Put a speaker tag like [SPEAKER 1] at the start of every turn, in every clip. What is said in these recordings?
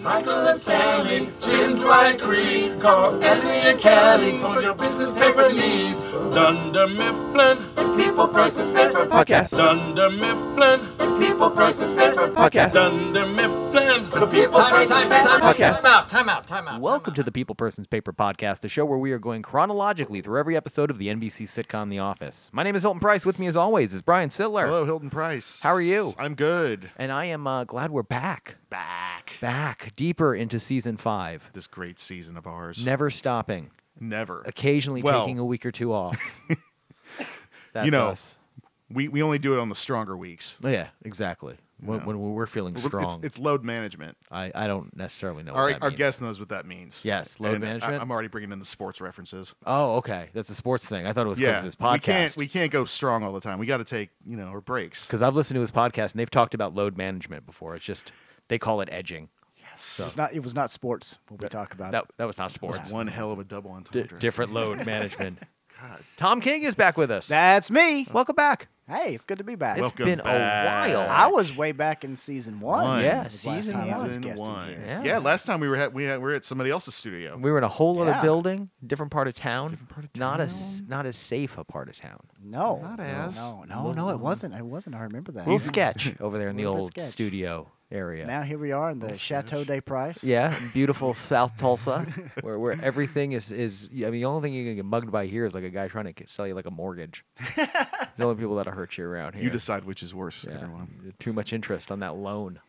[SPEAKER 1] Michael and Stanley, Jim Dwight Creed, Carl Edley and Kelly for your business paper needs. Dunder Mifflin, people persons paper
[SPEAKER 2] Podcast.
[SPEAKER 1] Dunder Mifflin, people persons paper
[SPEAKER 2] Podcast.
[SPEAKER 1] Dunder Mifflin, the people
[SPEAKER 3] Time out,
[SPEAKER 1] persons
[SPEAKER 3] time
[SPEAKER 1] paper
[SPEAKER 3] out, time out,
[SPEAKER 2] Podcast.
[SPEAKER 3] time out, time out, time out.
[SPEAKER 4] Welcome to the People Persons Paper Podcast, the show where we are going chronologically through every episode of the NBC sitcom The Office. My name is Hilton Price. With me, as always, is Brian Sittler.
[SPEAKER 5] Hello, Hilton Price.
[SPEAKER 4] How are you?
[SPEAKER 5] I'm good.
[SPEAKER 4] And I am uh, glad we're back,
[SPEAKER 5] Back.
[SPEAKER 4] back deeper into season five,
[SPEAKER 5] This great season of ours.
[SPEAKER 4] never stopping,
[SPEAKER 5] Never.
[SPEAKER 4] occasionally
[SPEAKER 5] Well-
[SPEAKER 4] taking a week or two off. That's
[SPEAKER 5] You know,
[SPEAKER 4] us.
[SPEAKER 5] We, we only do it on the stronger weeks.
[SPEAKER 4] Yeah, exactly. When,
[SPEAKER 5] know.
[SPEAKER 4] when we're feeling
[SPEAKER 5] It's-
[SPEAKER 4] strong,
[SPEAKER 5] It's, load management.
[SPEAKER 4] I, I don't necessarily know.
[SPEAKER 5] Our,
[SPEAKER 4] what that
[SPEAKER 5] our
[SPEAKER 4] means.
[SPEAKER 5] guest knows what that means.
[SPEAKER 4] Yes, load
[SPEAKER 5] And I-
[SPEAKER 4] management.
[SPEAKER 5] I'm already bringing in the sports references.
[SPEAKER 4] Oh, okay. That's a sports thing. I thought it was because
[SPEAKER 5] yeah,
[SPEAKER 4] of his podcast.
[SPEAKER 5] we can't we can't go strong all the time. We got to take you know our breaks.
[SPEAKER 4] because I've listened to his podcast and they've talked about load management before. It's just they call it edging.
[SPEAKER 6] It's not. It was not sports. What we talk about.
[SPEAKER 4] That that was not sports.
[SPEAKER 5] One hell of a double
[SPEAKER 4] D-
[SPEAKER 5] entendre.
[SPEAKER 4] different load management. Tom King is back with us.
[SPEAKER 6] That's me.
[SPEAKER 4] Welcome back.
[SPEAKER 6] Hey, it's good to be back.
[SPEAKER 4] It's
[SPEAKER 5] Well, Welcome
[SPEAKER 4] been
[SPEAKER 5] back.
[SPEAKER 4] a while.
[SPEAKER 6] I was way back in season one.
[SPEAKER 5] One.
[SPEAKER 4] Yeah,
[SPEAKER 6] was last
[SPEAKER 4] season
[SPEAKER 6] time I was
[SPEAKER 5] Season
[SPEAKER 6] guesting
[SPEAKER 5] one.
[SPEAKER 6] here.
[SPEAKER 5] Yeah.
[SPEAKER 4] Yeah.
[SPEAKER 5] last time we were at, we, had, we were at somebody else's studio.
[SPEAKER 4] we were in a whole other
[SPEAKER 6] Yeah.
[SPEAKER 4] building, different part of town.
[SPEAKER 5] Different part of
[SPEAKER 4] Not as not as safe a part of town.
[SPEAKER 6] No,
[SPEAKER 5] Not
[SPEAKER 6] no,
[SPEAKER 5] as.
[SPEAKER 6] no, no, no, it wasn't. It wasn't. I remember that.
[SPEAKER 4] little sketch over there in the
[SPEAKER 6] Little
[SPEAKER 4] old
[SPEAKER 6] sketch.
[SPEAKER 4] studio area.
[SPEAKER 6] Now here we are in the Chateau des Price.
[SPEAKER 4] yeah, in beautiful South Tulsa, where, where everything is, is. I mean, the only thing you can get mugged by here is like a guy trying to get- sell you like a mortgage. It's the only people that'll hurt you around here.
[SPEAKER 5] You decide which is worse,
[SPEAKER 4] Yeah.
[SPEAKER 5] everyone.
[SPEAKER 4] Too much interest on that loan.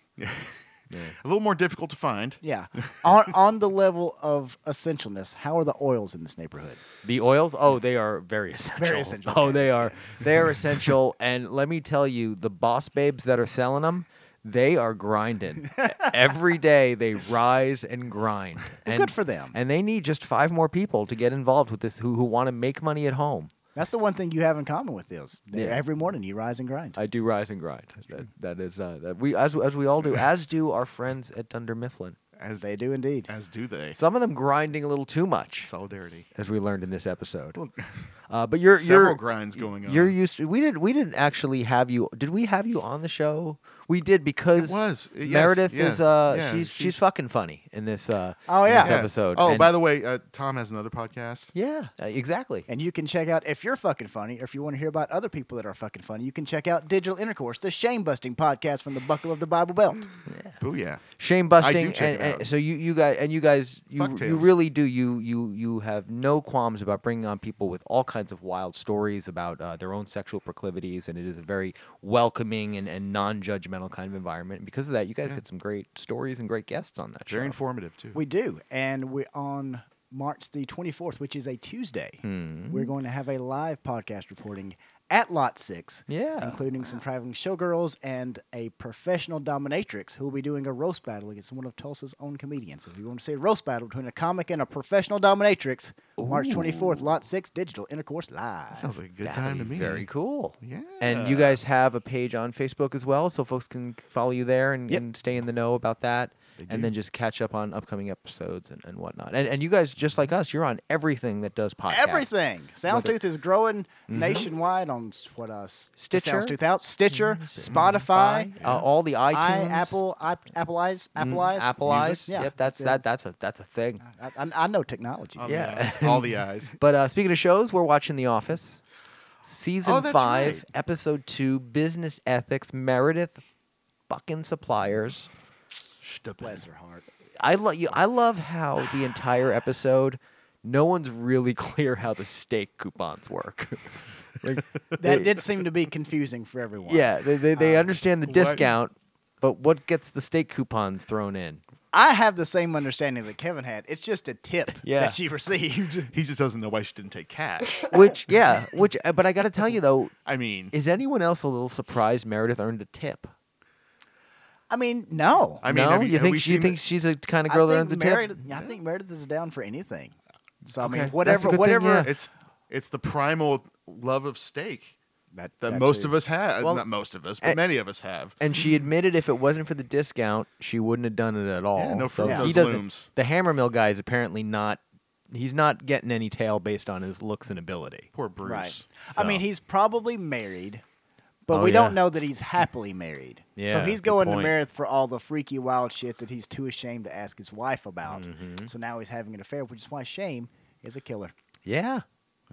[SPEAKER 5] A little more difficult to find.
[SPEAKER 6] Yeah. on on the level of essentialness, how are the oils in this neighborhood?
[SPEAKER 4] The oils, oh, they are very essential.
[SPEAKER 6] essential,
[SPEAKER 4] Oh, they
[SPEAKER 6] yes,
[SPEAKER 4] are. They are essential. And let me tell you, the boss babes that are selling them, they are grinding. E- Every day they rise and grind. And,
[SPEAKER 6] good for them.
[SPEAKER 4] And they need just five more people to get involved with this who, who want to make money at home.
[SPEAKER 6] That's the one thing you have in common with those. They-
[SPEAKER 4] Yeah.
[SPEAKER 6] Every morning you rise and grind.
[SPEAKER 4] I do rise and grind. That, that is uh, that we as as we all do, as do our friends at Dunder Mifflin.
[SPEAKER 5] As
[SPEAKER 6] they do indeed.
[SPEAKER 5] as do they.
[SPEAKER 4] Some of them grinding a little too much,
[SPEAKER 5] Solidarity.
[SPEAKER 4] as we learned in this episode.
[SPEAKER 5] Well,
[SPEAKER 4] Uh, but you're
[SPEAKER 5] several
[SPEAKER 4] you're
[SPEAKER 5] grinds going on.
[SPEAKER 4] You're used to. We did. We didn't actually have you. Did we have you on the show? We did because
[SPEAKER 5] was, uh, yes,
[SPEAKER 4] Meredith
[SPEAKER 5] yeah,
[SPEAKER 4] is. Uh,
[SPEAKER 5] yeah,
[SPEAKER 4] she's, she's
[SPEAKER 5] she's-
[SPEAKER 4] fucking funny in this. Uh,
[SPEAKER 6] Oh,
[SPEAKER 4] in
[SPEAKER 6] yeah.
[SPEAKER 4] this
[SPEAKER 5] Yeah.
[SPEAKER 4] episode.
[SPEAKER 5] Oh,
[SPEAKER 4] and,
[SPEAKER 5] by the way, uh, Tom has another podcast.
[SPEAKER 4] yeah, uh, exactly.
[SPEAKER 6] And you can check out if you're fucking funny, or if you want to hear about other people that are fucking funny, you can check out Digital Intercourse, the shame busting podcast from the buckle of the Bible Belt.
[SPEAKER 5] Booyah.
[SPEAKER 4] Shame busting.
[SPEAKER 5] check it
[SPEAKER 4] and, and
[SPEAKER 5] out.
[SPEAKER 4] so you you guys and you guys you
[SPEAKER 5] Fucktails.
[SPEAKER 4] you really do you you you have no qualms about bringing on people with all kinds of wild stories about uh, their own sexual proclivities, and it is a very welcoming and, and non-judgmental kind of environment. And because of that, you guys get some great stories and great guests on that
[SPEAKER 5] Very
[SPEAKER 4] show.
[SPEAKER 5] informative too.
[SPEAKER 6] We do, and we're on March the 24th, which is a Tuesday. We're going to have a live podcast reporting at Lot Six,
[SPEAKER 4] Yeah.
[SPEAKER 6] including some traveling showgirls and a professional dominatrix who will be doing a roast battle against one of Tulsa's own comedians. If you want to see a roast battle between a comic and a professional dominatrix, March 24th, Lot Six, Digital Intercourse Live.
[SPEAKER 5] Sounds like a good
[SPEAKER 4] That'd
[SPEAKER 5] time
[SPEAKER 4] be
[SPEAKER 5] to me.
[SPEAKER 4] Very cool.
[SPEAKER 5] Yeah.
[SPEAKER 4] And you guys have a page on Facebook as well, so folks can follow you there and,
[SPEAKER 6] Yep.
[SPEAKER 4] and stay in the know about that. And then just catch up on upcoming episodes and, and whatnot. And, and you guys, just like us, you're on everything that does podcasts.
[SPEAKER 6] Everything.
[SPEAKER 4] Whether-
[SPEAKER 6] Soundstooth is growing nationwide on s- what else?
[SPEAKER 4] Mm-hmm. Stitcher. Mm-hmm.
[SPEAKER 6] Soundstooth out. Stitcher,
[SPEAKER 4] Spotify,
[SPEAKER 6] Spotify,
[SPEAKER 4] uh, all the iTunes,
[SPEAKER 6] I, Apple, I, Apple Eyes, Apple
[SPEAKER 4] mm,
[SPEAKER 6] Eyes,
[SPEAKER 4] Apple Eyes.
[SPEAKER 6] Yeah,
[SPEAKER 4] yep, that's
[SPEAKER 6] it.
[SPEAKER 4] that. That's a that's a thing.
[SPEAKER 6] I, I, I know technology.
[SPEAKER 5] All the
[SPEAKER 4] Yeah.
[SPEAKER 5] eyes. All the eyes.
[SPEAKER 4] But uh, speaking of shows, we're watching The Office, season
[SPEAKER 5] Oh,
[SPEAKER 4] five,
[SPEAKER 5] that's right.
[SPEAKER 4] episode two, business ethics. Meredith, fucking suppliers.
[SPEAKER 6] Bless her heart.
[SPEAKER 4] I love you. I love how the entire episode, no one's really clear how the steak coupons work. like,
[SPEAKER 6] That did seem to be confusing for everyone.
[SPEAKER 4] yeah, they they, they understand the
[SPEAKER 5] Uh, what-
[SPEAKER 4] discount, but what gets the steak coupons thrown in?
[SPEAKER 6] I have the same understanding that Kevin had. It's just a tip
[SPEAKER 4] Yeah.
[SPEAKER 6] that she received.
[SPEAKER 5] He just doesn't know why she didn't take cash.
[SPEAKER 4] Which yeah, which uh, but I got to tell you though,
[SPEAKER 5] I mean,
[SPEAKER 4] is anyone else a little surprised Meredith earned a tip?
[SPEAKER 6] I mean, no.
[SPEAKER 5] I mean,
[SPEAKER 4] no,
[SPEAKER 5] have you,
[SPEAKER 4] you,
[SPEAKER 5] have
[SPEAKER 4] think
[SPEAKER 5] we
[SPEAKER 4] she
[SPEAKER 5] seen
[SPEAKER 4] thinks she's a kind of girl
[SPEAKER 6] I
[SPEAKER 4] that earns a
[SPEAKER 6] think
[SPEAKER 4] tip?
[SPEAKER 6] Meredith, I think Meredith is down for anything. So
[SPEAKER 4] Okay,
[SPEAKER 6] I mean,
[SPEAKER 4] that's a
[SPEAKER 6] whatever,
[SPEAKER 4] good thing,
[SPEAKER 6] whatever.
[SPEAKER 4] yeah.
[SPEAKER 5] the- it's it's the primal love of steak
[SPEAKER 6] That,
[SPEAKER 5] that
[SPEAKER 6] that
[SPEAKER 5] most
[SPEAKER 6] too. eh,
[SPEAKER 5] of us have.
[SPEAKER 4] Well,
[SPEAKER 5] Not most of us, but
[SPEAKER 4] a-
[SPEAKER 5] many of us have.
[SPEAKER 4] And she admitted if it wasn't for the discount, she wouldn't have done it at all.
[SPEAKER 5] no
[SPEAKER 4] so
[SPEAKER 5] fruit
[SPEAKER 6] in
[SPEAKER 4] he
[SPEAKER 5] those
[SPEAKER 4] doesn't.
[SPEAKER 5] looms.
[SPEAKER 4] The hammer mill guy is apparently not. He's not getting any tail based on his looks and ability.
[SPEAKER 5] Poor Bruce.
[SPEAKER 6] Right. I mean,
[SPEAKER 4] So-
[SPEAKER 6] he's probably married, But
[SPEAKER 4] Oh,
[SPEAKER 6] we don't
[SPEAKER 4] yeah.
[SPEAKER 6] know that he's happily married. so
[SPEAKER 4] Yeah,
[SPEAKER 6] he's
[SPEAKER 4] good
[SPEAKER 6] going to
[SPEAKER 4] point.
[SPEAKER 6] Meredith for all the freaky wild shit that he's too ashamed to ask his wife about.
[SPEAKER 4] Mm-hmm.
[SPEAKER 6] So now he's having an affair, which is why shame is a killer.
[SPEAKER 4] Yeah.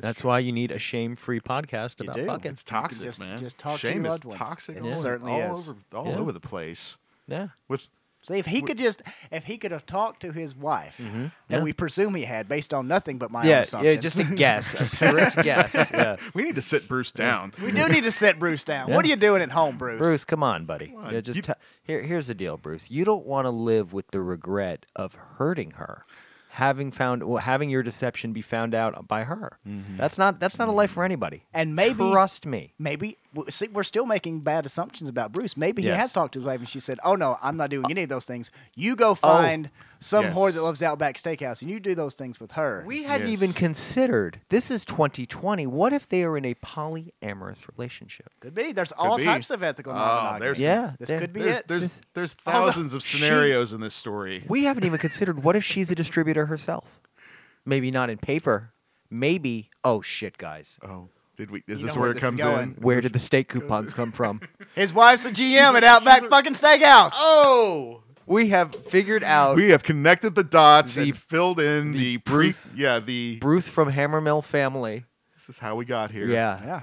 [SPEAKER 4] That's, why you need a shame free podcast
[SPEAKER 6] You
[SPEAKER 4] about
[SPEAKER 6] do.
[SPEAKER 4] fucking.
[SPEAKER 5] It's toxic,
[SPEAKER 6] just-
[SPEAKER 5] man.
[SPEAKER 6] just talk to
[SPEAKER 5] Shame
[SPEAKER 6] your
[SPEAKER 5] is
[SPEAKER 6] loved ones.
[SPEAKER 5] toxic.
[SPEAKER 6] It
[SPEAKER 5] all,
[SPEAKER 6] certainly
[SPEAKER 5] all
[SPEAKER 6] is.
[SPEAKER 5] over all
[SPEAKER 4] Yeah.
[SPEAKER 5] over the place.
[SPEAKER 4] Yeah.
[SPEAKER 5] With
[SPEAKER 6] See, if he could just, if he could have talked to his wife, that
[SPEAKER 4] Mm-hmm. Yeah.
[SPEAKER 6] we presume he had based on nothing but my own
[SPEAKER 4] Yeah, yeah,
[SPEAKER 6] assumptions.
[SPEAKER 4] just a guess, a pure guess. Yeah.
[SPEAKER 5] we need to sit Bruce down.
[SPEAKER 6] we do need to set Bruce down. What are
[SPEAKER 4] Yeah.
[SPEAKER 6] you doing at home, Bruce?
[SPEAKER 4] Bruce, come on, buddy.
[SPEAKER 5] on,
[SPEAKER 4] Yeah, just
[SPEAKER 5] you-
[SPEAKER 4] t- here. Here's the deal, Bruce. You don't want to live with the regret of hurting her, having found well, having your deception be found out by her. That's not that's not a life for anybody.
[SPEAKER 6] And maybe-
[SPEAKER 4] trust me.
[SPEAKER 6] Maybe w- see, we're still making bad assumptions about Bruce. Maybe he
[SPEAKER 4] Yes.
[SPEAKER 6] has talked to his wife, and she said, "Oh no, I'm not doing any of those things. You
[SPEAKER 4] Oh,
[SPEAKER 6] go find some
[SPEAKER 5] yes.
[SPEAKER 6] whore that loves Outback Steakhouse, and you do those things with her."
[SPEAKER 4] We hadn't even
[SPEAKER 5] Yes.
[SPEAKER 4] considered. This is 2020. What if they are in a polyamorous relationship?
[SPEAKER 6] could be. There's all
[SPEAKER 5] be.
[SPEAKER 6] types of ethical
[SPEAKER 5] Oh,
[SPEAKER 6] non-monogamy.
[SPEAKER 5] there's-
[SPEAKER 4] Yeah,
[SPEAKER 6] this
[SPEAKER 4] there-
[SPEAKER 6] could be
[SPEAKER 5] There's
[SPEAKER 6] it.
[SPEAKER 5] there's
[SPEAKER 4] This-
[SPEAKER 5] there's
[SPEAKER 6] Although
[SPEAKER 5] thousands of
[SPEAKER 6] she-
[SPEAKER 5] scenarios in this story.
[SPEAKER 4] We haven't even considered what if she's a distributor herself? Maybe not in paper. Maybe, oh shit, guys.
[SPEAKER 5] oh, did we? Is
[SPEAKER 6] You know
[SPEAKER 5] this where
[SPEAKER 6] where
[SPEAKER 5] it
[SPEAKER 6] this is
[SPEAKER 5] comes
[SPEAKER 6] going.
[SPEAKER 5] in?
[SPEAKER 4] Where did the steak coupons come from?
[SPEAKER 6] His wife's a GM at Outback fucking Steakhouse.
[SPEAKER 5] Oh,
[SPEAKER 4] We have figured out
[SPEAKER 5] we have connected the dots
[SPEAKER 4] The-
[SPEAKER 5] and filled in the,
[SPEAKER 4] the
[SPEAKER 5] pre.
[SPEAKER 4] Bruce-
[SPEAKER 5] Yeah, the
[SPEAKER 4] Bruce from Hammermill family.
[SPEAKER 5] this is how we got here.
[SPEAKER 4] Yeah,
[SPEAKER 6] Yeah.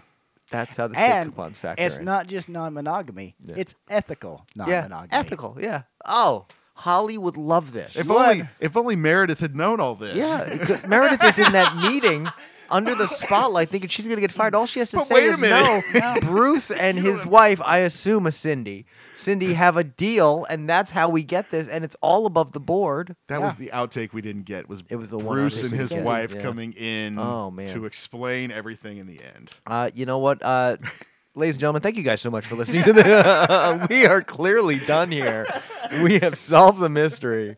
[SPEAKER 4] that's how the steak
[SPEAKER 6] And
[SPEAKER 4] coupons factor.
[SPEAKER 6] it's
[SPEAKER 4] in.
[SPEAKER 6] not just non-monogamy;
[SPEAKER 4] Yeah.
[SPEAKER 6] it's ethical
[SPEAKER 4] yeah,
[SPEAKER 6] non-monogamy.
[SPEAKER 4] ethical. Yeah. Oh, Holly would love this.
[SPEAKER 5] If
[SPEAKER 6] One.
[SPEAKER 5] only if only Meredith had known all this.
[SPEAKER 4] yeah, 'cause Meredith is in that meeting under the spotlight, thinking she's gonna get fired. All she has to
[SPEAKER 5] But
[SPEAKER 4] say
[SPEAKER 5] wait a
[SPEAKER 4] is no.
[SPEAKER 5] minute.
[SPEAKER 4] Bruce and his wife, I assume, a Cindy, Cindy have a deal, and that's how we get this, and it's all above the board.
[SPEAKER 5] That
[SPEAKER 6] Yeah.
[SPEAKER 5] was the outtake we didn't get. Was
[SPEAKER 4] It was the one
[SPEAKER 5] Bruce
[SPEAKER 4] outtake
[SPEAKER 5] and
[SPEAKER 4] we
[SPEAKER 5] his
[SPEAKER 4] didn't get.
[SPEAKER 5] wife
[SPEAKER 4] Yeah.
[SPEAKER 5] coming in
[SPEAKER 4] Oh, man.
[SPEAKER 5] to explain everything in the end.
[SPEAKER 4] Uh, you know what, uh, ladies and gentlemen, thank you guys so much for listening to the. we are clearly done here. We have solved the mystery.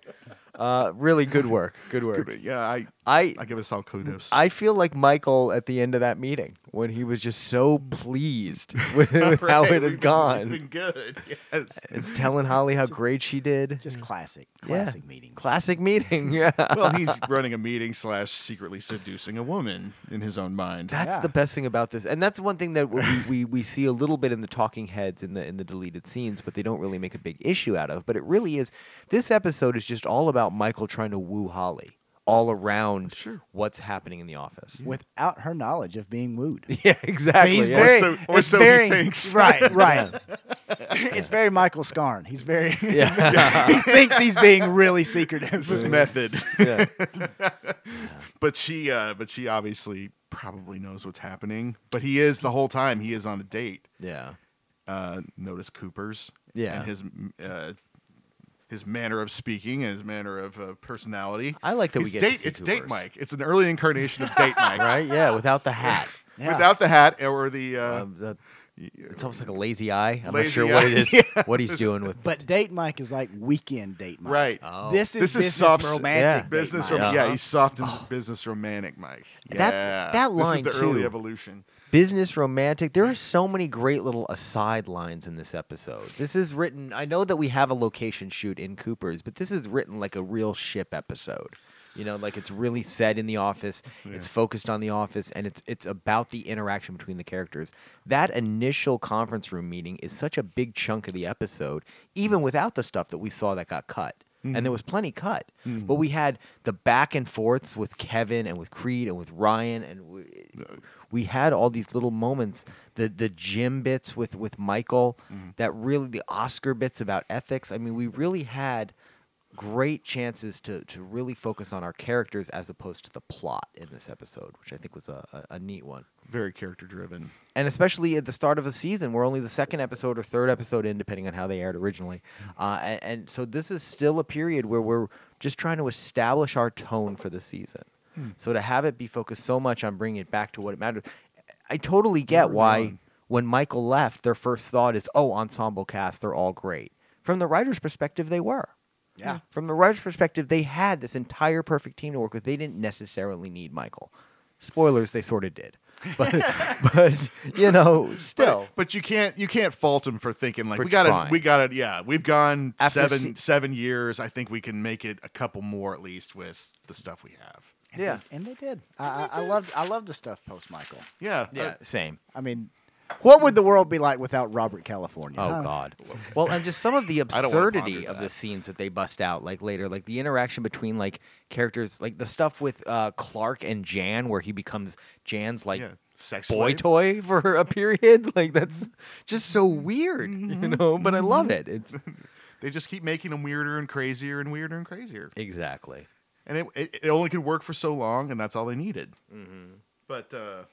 [SPEAKER 4] Uh, really good work. Good work.
[SPEAKER 5] Yeah, I
[SPEAKER 4] I
[SPEAKER 5] I give us all kudos.
[SPEAKER 4] I feel like Michael at the end of that meeting when he was just so pleased with, with how
[SPEAKER 5] Right,
[SPEAKER 4] it
[SPEAKER 5] we've
[SPEAKER 4] had
[SPEAKER 5] been-
[SPEAKER 4] gone.
[SPEAKER 5] we've been good. Yes.
[SPEAKER 4] It's telling Holly how great she did.
[SPEAKER 6] Just classic,
[SPEAKER 4] Yeah.
[SPEAKER 6] classic meeting.
[SPEAKER 4] Classic meeting. Yeah.
[SPEAKER 5] well, he's running a meeting slash secretly seducing a woman in his own mind.
[SPEAKER 4] That's
[SPEAKER 6] Yeah.
[SPEAKER 4] the best thing about this, and that's one thing that we, we, we see a little bit in the talking heads in the in the deleted scenes, but they don't really make a big issue out of. But it really is. This episode is just all about Michael trying to woo Holly all around
[SPEAKER 5] Sure.
[SPEAKER 4] what's happening in the office.
[SPEAKER 6] Without her knowledge of being wooed.
[SPEAKER 4] Yeah, exactly.
[SPEAKER 6] he's
[SPEAKER 4] yeah.
[SPEAKER 6] very,
[SPEAKER 5] so- or
[SPEAKER 6] it's
[SPEAKER 5] so he
[SPEAKER 6] very,
[SPEAKER 5] thinks.
[SPEAKER 6] Right, right. it's very Michael Scarn. He's very.
[SPEAKER 4] Yeah.
[SPEAKER 6] he thinks he's being really secretive.
[SPEAKER 5] This is method.
[SPEAKER 4] yeah.
[SPEAKER 5] but she uh, but she obviously probably knows what's happening. But he is the whole time he is on a date.
[SPEAKER 4] Yeah.
[SPEAKER 5] Uh, notice Cooper's
[SPEAKER 4] Yeah.
[SPEAKER 5] and his uh, his manner of speaking and his manner of uh, personality.
[SPEAKER 4] I like that we
[SPEAKER 5] It's
[SPEAKER 4] get to
[SPEAKER 5] date.
[SPEAKER 4] see
[SPEAKER 5] it's date
[SPEAKER 4] Cooper's.
[SPEAKER 5] Mike. It's an early incarnation of date Mike.
[SPEAKER 4] Right. Yeah. Without the hat.
[SPEAKER 6] Yeah.
[SPEAKER 5] Without the hat or the uh,
[SPEAKER 4] Um, the- it's almost like a lazy eye. I'm
[SPEAKER 5] Lazy
[SPEAKER 4] not sure what
[SPEAKER 5] eye,
[SPEAKER 4] it is.
[SPEAKER 5] yeah.
[SPEAKER 4] What he's doing with.
[SPEAKER 6] But date Mike is like weekend date Mike.
[SPEAKER 5] right.
[SPEAKER 4] Oh.
[SPEAKER 6] This is
[SPEAKER 5] This is
[SPEAKER 6] business
[SPEAKER 5] soft-
[SPEAKER 6] romantic.
[SPEAKER 4] yeah.
[SPEAKER 6] date
[SPEAKER 5] Business,
[SPEAKER 6] Mike.
[SPEAKER 5] rom-
[SPEAKER 4] Mike.
[SPEAKER 5] yeah,
[SPEAKER 4] Uh-huh.
[SPEAKER 5] he's soft and business romantic, Mike. Yeah,
[SPEAKER 4] That- that line,
[SPEAKER 5] This is the early
[SPEAKER 4] too.
[SPEAKER 5] evolution.
[SPEAKER 4] business romantic there are so many great little aside lines in this episode this is written i know that we have a location shoot in cooper's but this is written like a real ship episode you know like it's really set in the office it's focused on the office and it's it's about the interaction between the characters that initial conference room meeting is such a big chunk of the episode even without the stuff that we saw that got cut and there was plenty cut. But we had the back and forths with Kevin and with Creed and with Ryan, and we, we had all these little moments, the the gym bits with with Michael, that really the Oscar bits about ethics. I mean, we really had great chances to to really focus on our characters as opposed to the plot in this episode, which I think was a, a, a neat one
[SPEAKER 5] Very character driven.
[SPEAKER 4] and especially at the start of the season, we're only the second episode or third episode in, depending on how they aired originally. Uh, and, and so this is still a period where we're just trying to establish our tone for the season. So to have it be focused so much on bringing it back to what it mattered, I totally get why when Michael left, their first thought is, "Oh, ensemble cast, they're all great." From the writer's perspective, they were.
[SPEAKER 6] Yeah.
[SPEAKER 4] Hmm. From the writer's perspective, they had this entire perfect team to work with. They didn't necessarily need Michael. Spoilers, they sort of did. But, but you know, still.
[SPEAKER 5] But, but you can't you can't fault him for thinking like
[SPEAKER 4] For
[SPEAKER 5] we gotta
[SPEAKER 4] trying.
[SPEAKER 5] we gotta yeah we've gone
[SPEAKER 4] After
[SPEAKER 5] seven
[SPEAKER 4] se-
[SPEAKER 5] seven years I think we can make it a couple more at least with the stuff we have
[SPEAKER 6] And they- and they did. I, I, I loved. I loved the stuff post Michael.
[SPEAKER 4] Uh,
[SPEAKER 5] yeah uh,
[SPEAKER 4] Yeah. Same.
[SPEAKER 6] I mean, What would the world be like without Robert California?
[SPEAKER 4] Oh
[SPEAKER 6] huh?
[SPEAKER 4] God! Well, and just some of the
[SPEAKER 5] I don't wanna
[SPEAKER 4] absurdity
[SPEAKER 5] ponder
[SPEAKER 4] of the
[SPEAKER 5] that.
[SPEAKER 4] scenes that they bust out, like later, like the interaction between like characters, like the stuff with uh, Clark and Jan, where he becomes Jan's like
[SPEAKER 5] yeah, sex
[SPEAKER 4] boy
[SPEAKER 5] slave.
[SPEAKER 4] toy for a period. Like that's
[SPEAKER 5] Mm-hmm.
[SPEAKER 4] just so weird, you know. But I love it. It's
[SPEAKER 5] They just keep making them weirder and crazier and weirder and crazier.
[SPEAKER 4] exactly.
[SPEAKER 5] And it, it, it only could work for so long, and that's all they needed.
[SPEAKER 4] Mm-hmm.
[SPEAKER 5] But uh,